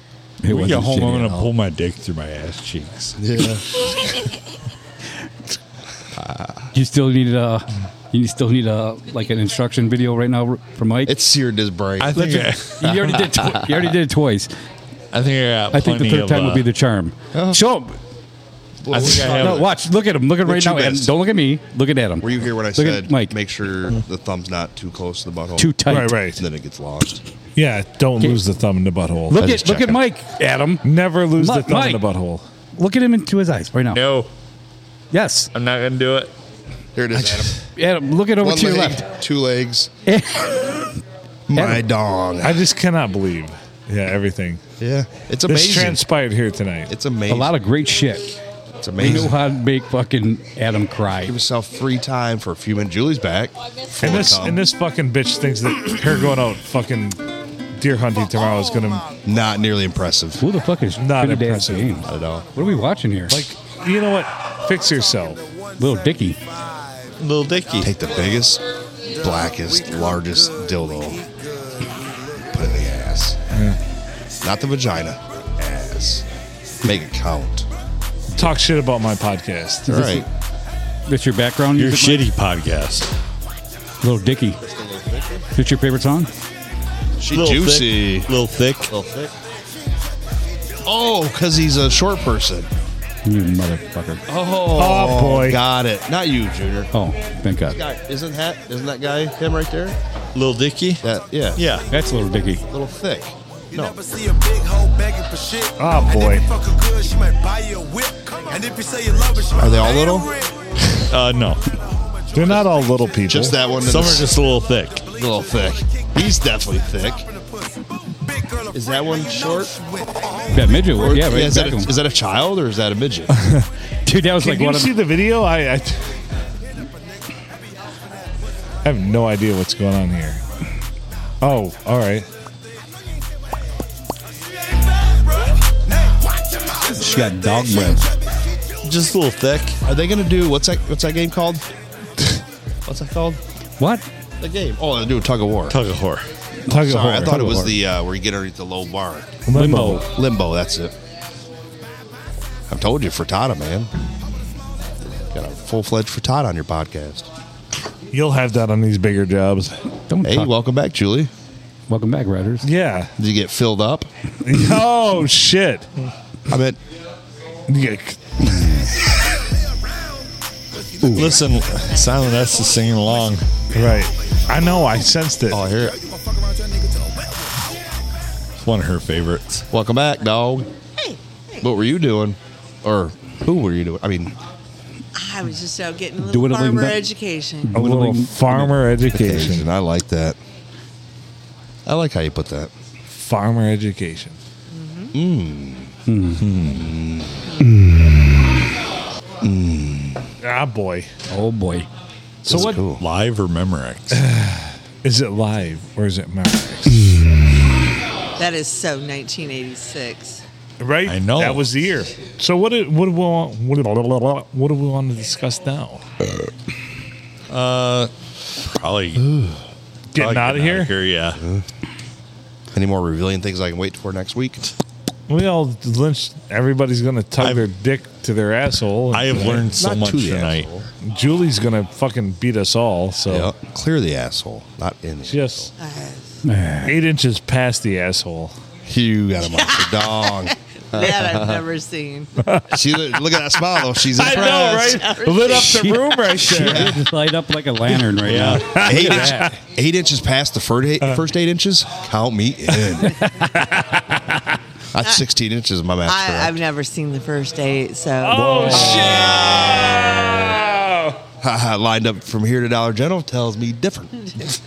Speaker 7: It
Speaker 1: we
Speaker 7: wasn't
Speaker 1: get home,
Speaker 7: shitty
Speaker 1: I'm
Speaker 7: at
Speaker 1: gonna
Speaker 7: all.
Speaker 1: pull my dick through my ass cheeks.
Speaker 3: Yeah.
Speaker 7: You still need a. You still need a like an instruction video right now for Mike.
Speaker 3: It's seared his brain.
Speaker 1: I think I,
Speaker 7: you already did. Tw- you already did it twice.
Speaker 1: I think I got.
Speaker 7: I think the
Speaker 1: plenty
Speaker 7: third
Speaker 1: of,
Speaker 7: time
Speaker 1: uh, Oh.
Speaker 7: would be the charm. Show him.
Speaker 1: I think I have.
Speaker 7: No, watch. Look at him. Look at him
Speaker 3: What
Speaker 7: right
Speaker 3: you
Speaker 7: now. And
Speaker 3: missed?
Speaker 7: don't look at me. Look at Adam.
Speaker 3: Were you here when I
Speaker 7: Look at
Speaker 3: said
Speaker 7: Mike.
Speaker 3: make sure the thumb's not too close to the butthole?
Speaker 7: Too tight.
Speaker 2: Right, right.
Speaker 3: Then it gets lost.
Speaker 2: Yeah, don't lose the thumb in the butthole.
Speaker 7: Look
Speaker 3: just
Speaker 7: at look at
Speaker 3: checking.
Speaker 7: Mike. Adam.
Speaker 2: Never lose
Speaker 7: Mi-
Speaker 2: the thumb in
Speaker 7: Mike.
Speaker 2: the butthole.
Speaker 7: Look at him into his eyes right now.
Speaker 1: No,
Speaker 7: Yes.
Speaker 1: I'm not gonna do it.
Speaker 3: Here it is, Adam.
Speaker 7: Adam. Look it over
Speaker 3: One
Speaker 7: to your
Speaker 3: leg,
Speaker 7: left.
Speaker 3: Two legs. My dong.
Speaker 2: I just cannot believe. Yeah, everything.
Speaker 3: Yeah. It's
Speaker 2: This
Speaker 3: amazing.
Speaker 2: transpired here tonight.
Speaker 3: it's
Speaker 7: A
Speaker 3: amazing.
Speaker 7: lot of great shit.
Speaker 3: it's
Speaker 7: They know
Speaker 3: amazing.
Speaker 7: how to make fucking Adam cry.
Speaker 3: Give yourself free time for a few minutes. Julie's back.
Speaker 2: and this and this fucking bitch thinks that her going out fucking deer hunting tomorrow is gonna
Speaker 3: Not nearly impressive
Speaker 7: Who the fuck is
Speaker 2: Not
Speaker 7: Pretty Dad's
Speaker 2: impressive.
Speaker 7: Game?
Speaker 3: at all.
Speaker 7: What are we watching here?
Speaker 2: like you know what? Fix yourself.
Speaker 7: Little Dicky.
Speaker 1: Little Dicky.
Speaker 3: Take the biggest, blackest, largest dildo Not the vagina, the ass. Make it count.
Speaker 2: Talk shit about my podcast.
Speaker 3: All right.
Speaker 7: That's your background.
Speaker 1: Your
Speaker 7: music,
Speaker 1: shitty podcast.
Speaker 7: Little Dicky. That's your favorite song?
Speaker 3: She juicy.
Speaker 1: little thick.
Speaker 3: Little thick. Oh, because he's a short person.
Speaker 7: You motherfucker.
Speaker 3: Oh,
Speaker 7: Oh, boy.
Speaker 3: Got it. Not you, Junior.
Speaker 7: Oh, thank God.
Speaker 3: Guy, isn't that isn't that guy him right there?
Speaker 1: Little Dicky?
Speaker 3: That, yeah.
Speaker 1: Yeah.
Speaker 7: That's Little Dicky.
Speaker 3: Little thick. No. Ah,
Speaker 2: Oh boy.
Speaker 3: Are they all little?
Speaker 1: Uh, no.
Speaker 2: They're not all little people.
Speaker 3: Just that one.
Speaker 1: Some are just a little thick.
Speaker 3: A little thick. He's definitely thick. Is that one short?
Speaker 7: That midget.
Speaker 3: Or-
Speaker 7: yeah, right
Speaker 3: is, that a,
Speaker 7: back him.
Speaker 3: is that a child or is that a midget?
Speaker 7: Dude, that was
Speaker 2: Can
Speaker 7: like
Speaker 2: you
Speaker 7: one of
Speaker 2: see the video? I, I I have no idea what's going on here. Oh, all right.
Speaker 7: She got dog breath.
Speaker 1: Just a little thick.
Speaker 3: Are they gonna do what's that? What's that game called? what's that called?
Speaker 7: What?
Speaker 3: The game. Oh, they do a tug of war.
Speaker 1: Tug of war.
Speaker 2: Tug of
Speaker 3: Sorry,
Speaker 2: war.
Speaker 3: I thought
Speaker 2: Tug
Speaker 3: it
Speaker 2: of
Speaker 3: was
Speaker 2: war.
Speaker 3: the uh, where you get underneath the low bar.
Speaker 2: Limbo.
Speaker 3: Limbo. That's it. I've told you, frittata, man. Got a full fledged frittata on your podcast.
Speaker 2: You'll have that on these bigger jobs.
Speaker 7: Don't
Speaker 3: Hey,
Speaker 7: talk.
Speaker 3: welcome back, Julie.
Speaker 7: Welcome back, Riders.
Speaker 2: Yeah.
Speaker 3: Did you get filled up?
Speaker 2: oh shit.
Speaker 3: I mean,
Speaker 2: Yeah.
Speaker 1: Listen, Silent S is singing along.
Speaker 2: Right. I know. I sensed it.
Speaker 3: oh, I hear it.
Speaker 1: It's one of her favorites.
Speaker 3: Welcome back, dog. What were you doing? Or who were you doing? I mean,
Speaker 5: I was just out getting a little
Speaker 7: Doing a little
Speaker 5: farmer
Speaker 7: bit-
Speaker 5: education.
Speaker 2: A little farmer education.
Speaker 3: occasion. I like that. I like how you put that.
Speaker 2: Farmer education.
Speaker 3: Mm.
Speaker 2: Hmm. Hmm. Ah, boy.
Speaker 7: Oh, boy.
Speaker 2: So what?
Speaker 3: cool.
Speaker 1: Live or Memorex?
Speaker 2: Is it live or is it Maverick?
Speaker 5: That is so 1986.
Speaker 2: Right?
Speaker 1: I know.
Speaker 2: That was the year. So what do, what do we want, what, do- blah, blah, blah, blah, what do we want to discuss now?
Speaker 1: Uh, probably probably
Speaker 2: Getting out of here?
Speaker 1: Yeah,
Speaker 3: Any more revealing things I can wait for next week?
Speaker 2: We all lynched. Everybody's going to tug
Speaker 1: I've-
Speaker 2: their dick to their asshole.
Speaker 1: I have learned so
Speaker 3: Not
Speaker 1: much
Speaker 3: to the
Speaker 1: tonight.
Speaker 3: asshole.
Speaker 2: Julie's going to fucking beat us all.
Speaker 7: Oh.
Speaker 2: So
Speaker 3: Yeah, clear the asshole, not in. The
Speaker 2: just
Speaker 5: Uh,
Speaker 2: eight inches past the asshole.
Speaker 3: You got him on the dong.
Speaker 5: that I've never seen.
Speaker 3: She look, look at that smile though. She's impressed.
Speaker 2: Lit up the
Speaker 7: She-
Speaker 2: room right there.
Speaker 7: Just light up like a lantern right
Speaker 1: Yeah.
Speaker 7: now.
Speaker 3: Eight, inch, eight inches past the first
Speaker 7: Uh-huh.
Speaker 3: eight, first eight inches. Count me in. That's sixteen inches. My math.
Speaker 5: I,
Speaker 3: I,
Speaker 5: I've never seen the first date, so
Speaker 2: Oh,
Speaker 3: lined up from here to Dollar General tells me different.
Speaker 2: shit.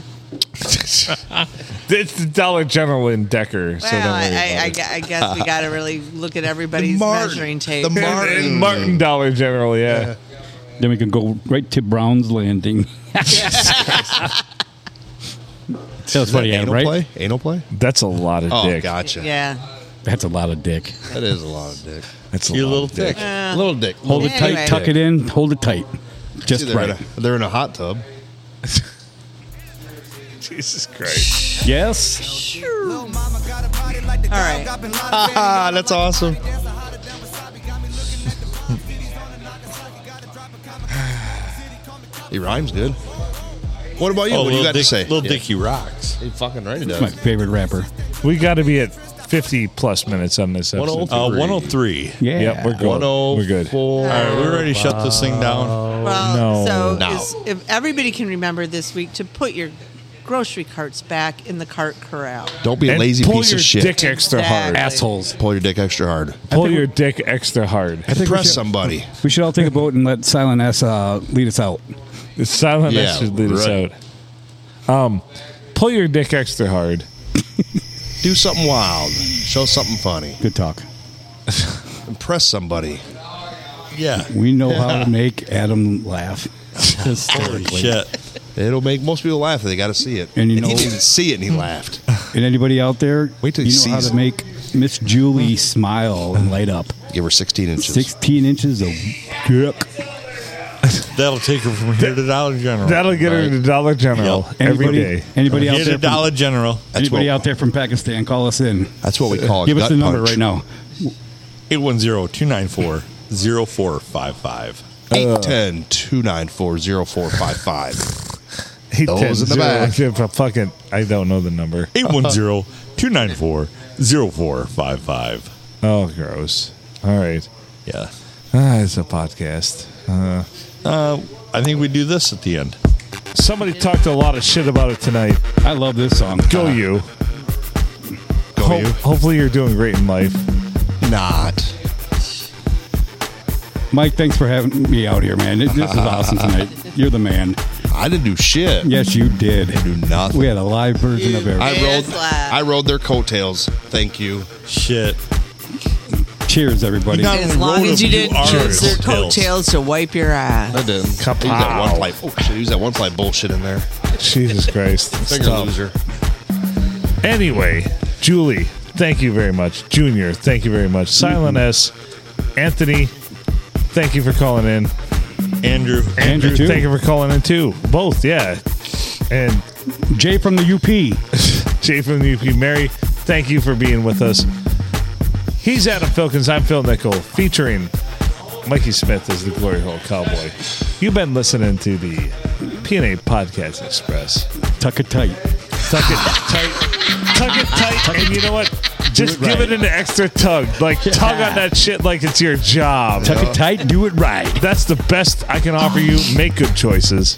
Speaker 2: It's the Dollar General in Decker. so don't
Speaker 5: well,
Speaker 2: worry
Speaker 5: I,
Speaker 2: about
Speaker 5: I,
Speaker 2: it.
Speaker 5: gu- I guess we got to really look at everybody's
Speaker 3: Martin.
Speaker 5: measuring tape.
Speaker 3: The Martin.
Speaker 2: And- and Martin Dollar General, yeah.
Speaker 7: Then we can go right to Brown's Landing. That's funny, yeah,
Speaker 3: anal
Speaker 7: right?
Speaker 3: play. Anal play.
Speaker 2: That's a lot of
Speaker 3: Oh,
Speaker 2: dick.
Speaker 3: gotcha.
Speaker 5: yeah.
Speaker 7: That's a lot of dick.
Speaker 3: That is a lot of dick.
Speaker 2: That's a
Speaker 1: You're a
Speaker 2: lot
Speaker 1: little
Speaker 2: of dick.
Speaker 1: thick.
Speaker 5: Uh,
Speaker 3: little dick.
Speaker 7: Hold it tight,
Speaker 5: Anyway.
Speaker 7: tuck it in, hold it tight. Just
Speaker 3: they're,
Speaker 7: right.
Speaker 3: in a, they're in a hot tub.
Speaker 2: Jesus Christ.
Speaker 7: Yes.
Speaker 5: All right.
Speaker 3: Ah, that's awesome. he rhymes good. What about you?
Speaker 1: Oh,
Speaker 3: what do
Speaker 1: little
Speaker 3: you got
Speaker 1: Dick,
Speaker 3: to say?
Speaker 1: Little
Speaker 3: Yeah.
Speaker 1: Dicky rocks.
Speaker 3: He fucking right he does.
Speaker 7: My favorite rapper.
Speaker 2: We got to be at 50 plus minutes on this
Speaker 3: oh
Speaker 2: episode.
Speaker 1: Uh, 103.
Speaker 7: Yeah.
Speaker 2: Yep, we're good. We're good.
Speaker 1: All right, we ready to shut this thing
Speaker 3: Uh,
Speaker 1: down.
Speaker 5: Well,
Speaker 2: No.
Speaker 5: so
Speaker 3: No.
Speaker 5: is, if everybody can remember this week to put your grocery carts back in the cart corral.
Speaker 3: Don't be a
Speaker 2: And
Speaker 3: lazy
Speaker 2: pull
Speaker 3: piece
Speaker 2: your
Speaker 3: of shit.
Speaker 2: dick extra hard.
Speaker 5: Exactly.
Speaker 7: Assholes.
Speaker 3: Pull your dick extra hard.
Speaker 2: Pull your dick extra hard.
Speaker 3: Impress somebody.
Speaker 7: We should all take a vote and let Silent S uh, lead us out.
Speaker 2: The silent
Speaker 3: Yeah,
Speaker 2: S should lead us
Speaker 3: right.
Speaker 2: out. Um, pull your dick extra hard.
Speaker 3: Do something wild. Show something funny.
Speaker 7: Good talk.
Speaker 3: Impress somebody.
Speaker 1: Yeah.
Speaker 7: We know how to make Adam laugh.
Speaker 1: Holy
Speaker 7: Hysterically.
Speaker 1: shit.
Speaker 3: It'll make most people laugh if they got to see it.
Speaker 7: And you
Speaker 3: he
Speaker 7: know-
Speaker 3: didn't even see it and he laughed.
Speaker 7: And anybody out there,
Speaker 3: Wait till
Speaker 7: you
Speaker 3: he
Speaker 7: know how
Speaker 3: sees it.
Speaker 7: to make Miss
Speaker 3: Hmm.
Speaker 7: Julie
Speaker 3: Uh-huh.
Speaker 7: smile and light up.
Speaker 3: Give her 16 inches.
Speaker 7: 16 inches of dick.
Speaker 1: That'll take her from here to Dollar General.
Speaker 2: That'll get her to Dollar General
Speaker 1: Yep.
Speaker 2: every
Speaker 1: Anybody-
Speaker 2: day.
Speaker 7: Anybody out
Speaker 1: Get
Speaker 7: there
Speaker 1: a Dollar General. That's
Speaker 7: anybody
Speaker 1: what-
Speaker 7: out there from Pakistan, call us in.
Speaker 3: That's what we call a
Speaker 7: Give us
Speaker 3: gut
Speaker 7: the number
Speaker 3: punch.
Speaker 7: right now.
Speaker 1: 810-294-0455.
Speaker 3: 810 294 0455. Those in the
Speaker 2: 810-0
Speaker 3: back.
Speaker 2: if I fucking, I don't know the number.
Speaker 1: 810-294-0455.
Speaker 2: Oh, gross. All right.
Speaker 1: Yeah.
Speaker 2: Ah, it's a podcast. Uh,
Speaker 1: uh, I think we do this at the end.
Speaker 2: Somebody talked a lot of shit about it tonight.
Speaker 7: I love this song. Uh,
Speaker 2: Go you.
Speaker 3: Go
Speaker 2: Uh, you. Hopefully you're doing great in life.
Speaker 3: Not.
Speaker 7: Mike, thanks for having me out here, man. It- This is awesome tonight. You're the man.
Speaker 3: I didn't do shit.
Speaker 7: Yes, you did. I
Speaker 3: do nothing.
Speaker 7: We had a live version of everything.
Speaker 3: I rode, I rode their coattails. Thank you.
Speaker 1: Shit.
Speaker 7: Cheers, everybody.
Speaker 5: As long as you didn't use their coattails to wipe your ass.
Speaker 3: I didn't. Use that one ply. Oh shit! Use that one ply bullshit in there.
Speaker 2: Jesus Christ.
Speaker 3: Finger
Speaker 2: Stop.
Speaker 3: loser.
Speaker 2: Anyway, Julie, thank you very much. Junior, thank you very much. Silent S, Anthony, thank you for calling in.
Speaker 1: Andrew,
Speaker 2: Andrew,
Speaker 7: Andrew, too.
Speaker 2: thank you for calling in too. Both, yeah. And
Speaker 7: Jay from the UP.
Speaker 2: Jay from the UP. Mary, thank you for being with us. He's Adam Filkins. I'm Phil Nickel, featuring Mikey Smith as the Glory Hole Cowboy. You've been listening to the PNA Podcast Express.
Speaker 7: Tuck it tight.
Speaker 2: Tuck it tight. Tuck it tight. And you know what? Just
Speaker 7: it
Speaker 2: give it
Speaker 7: right.
Speaker 2: an extra tug. Like, tug on that shit like it's your job.
Speaker 7: Tuck it tight. Do it right.
Speaker 2: That's the best I can offer you. Make good choices.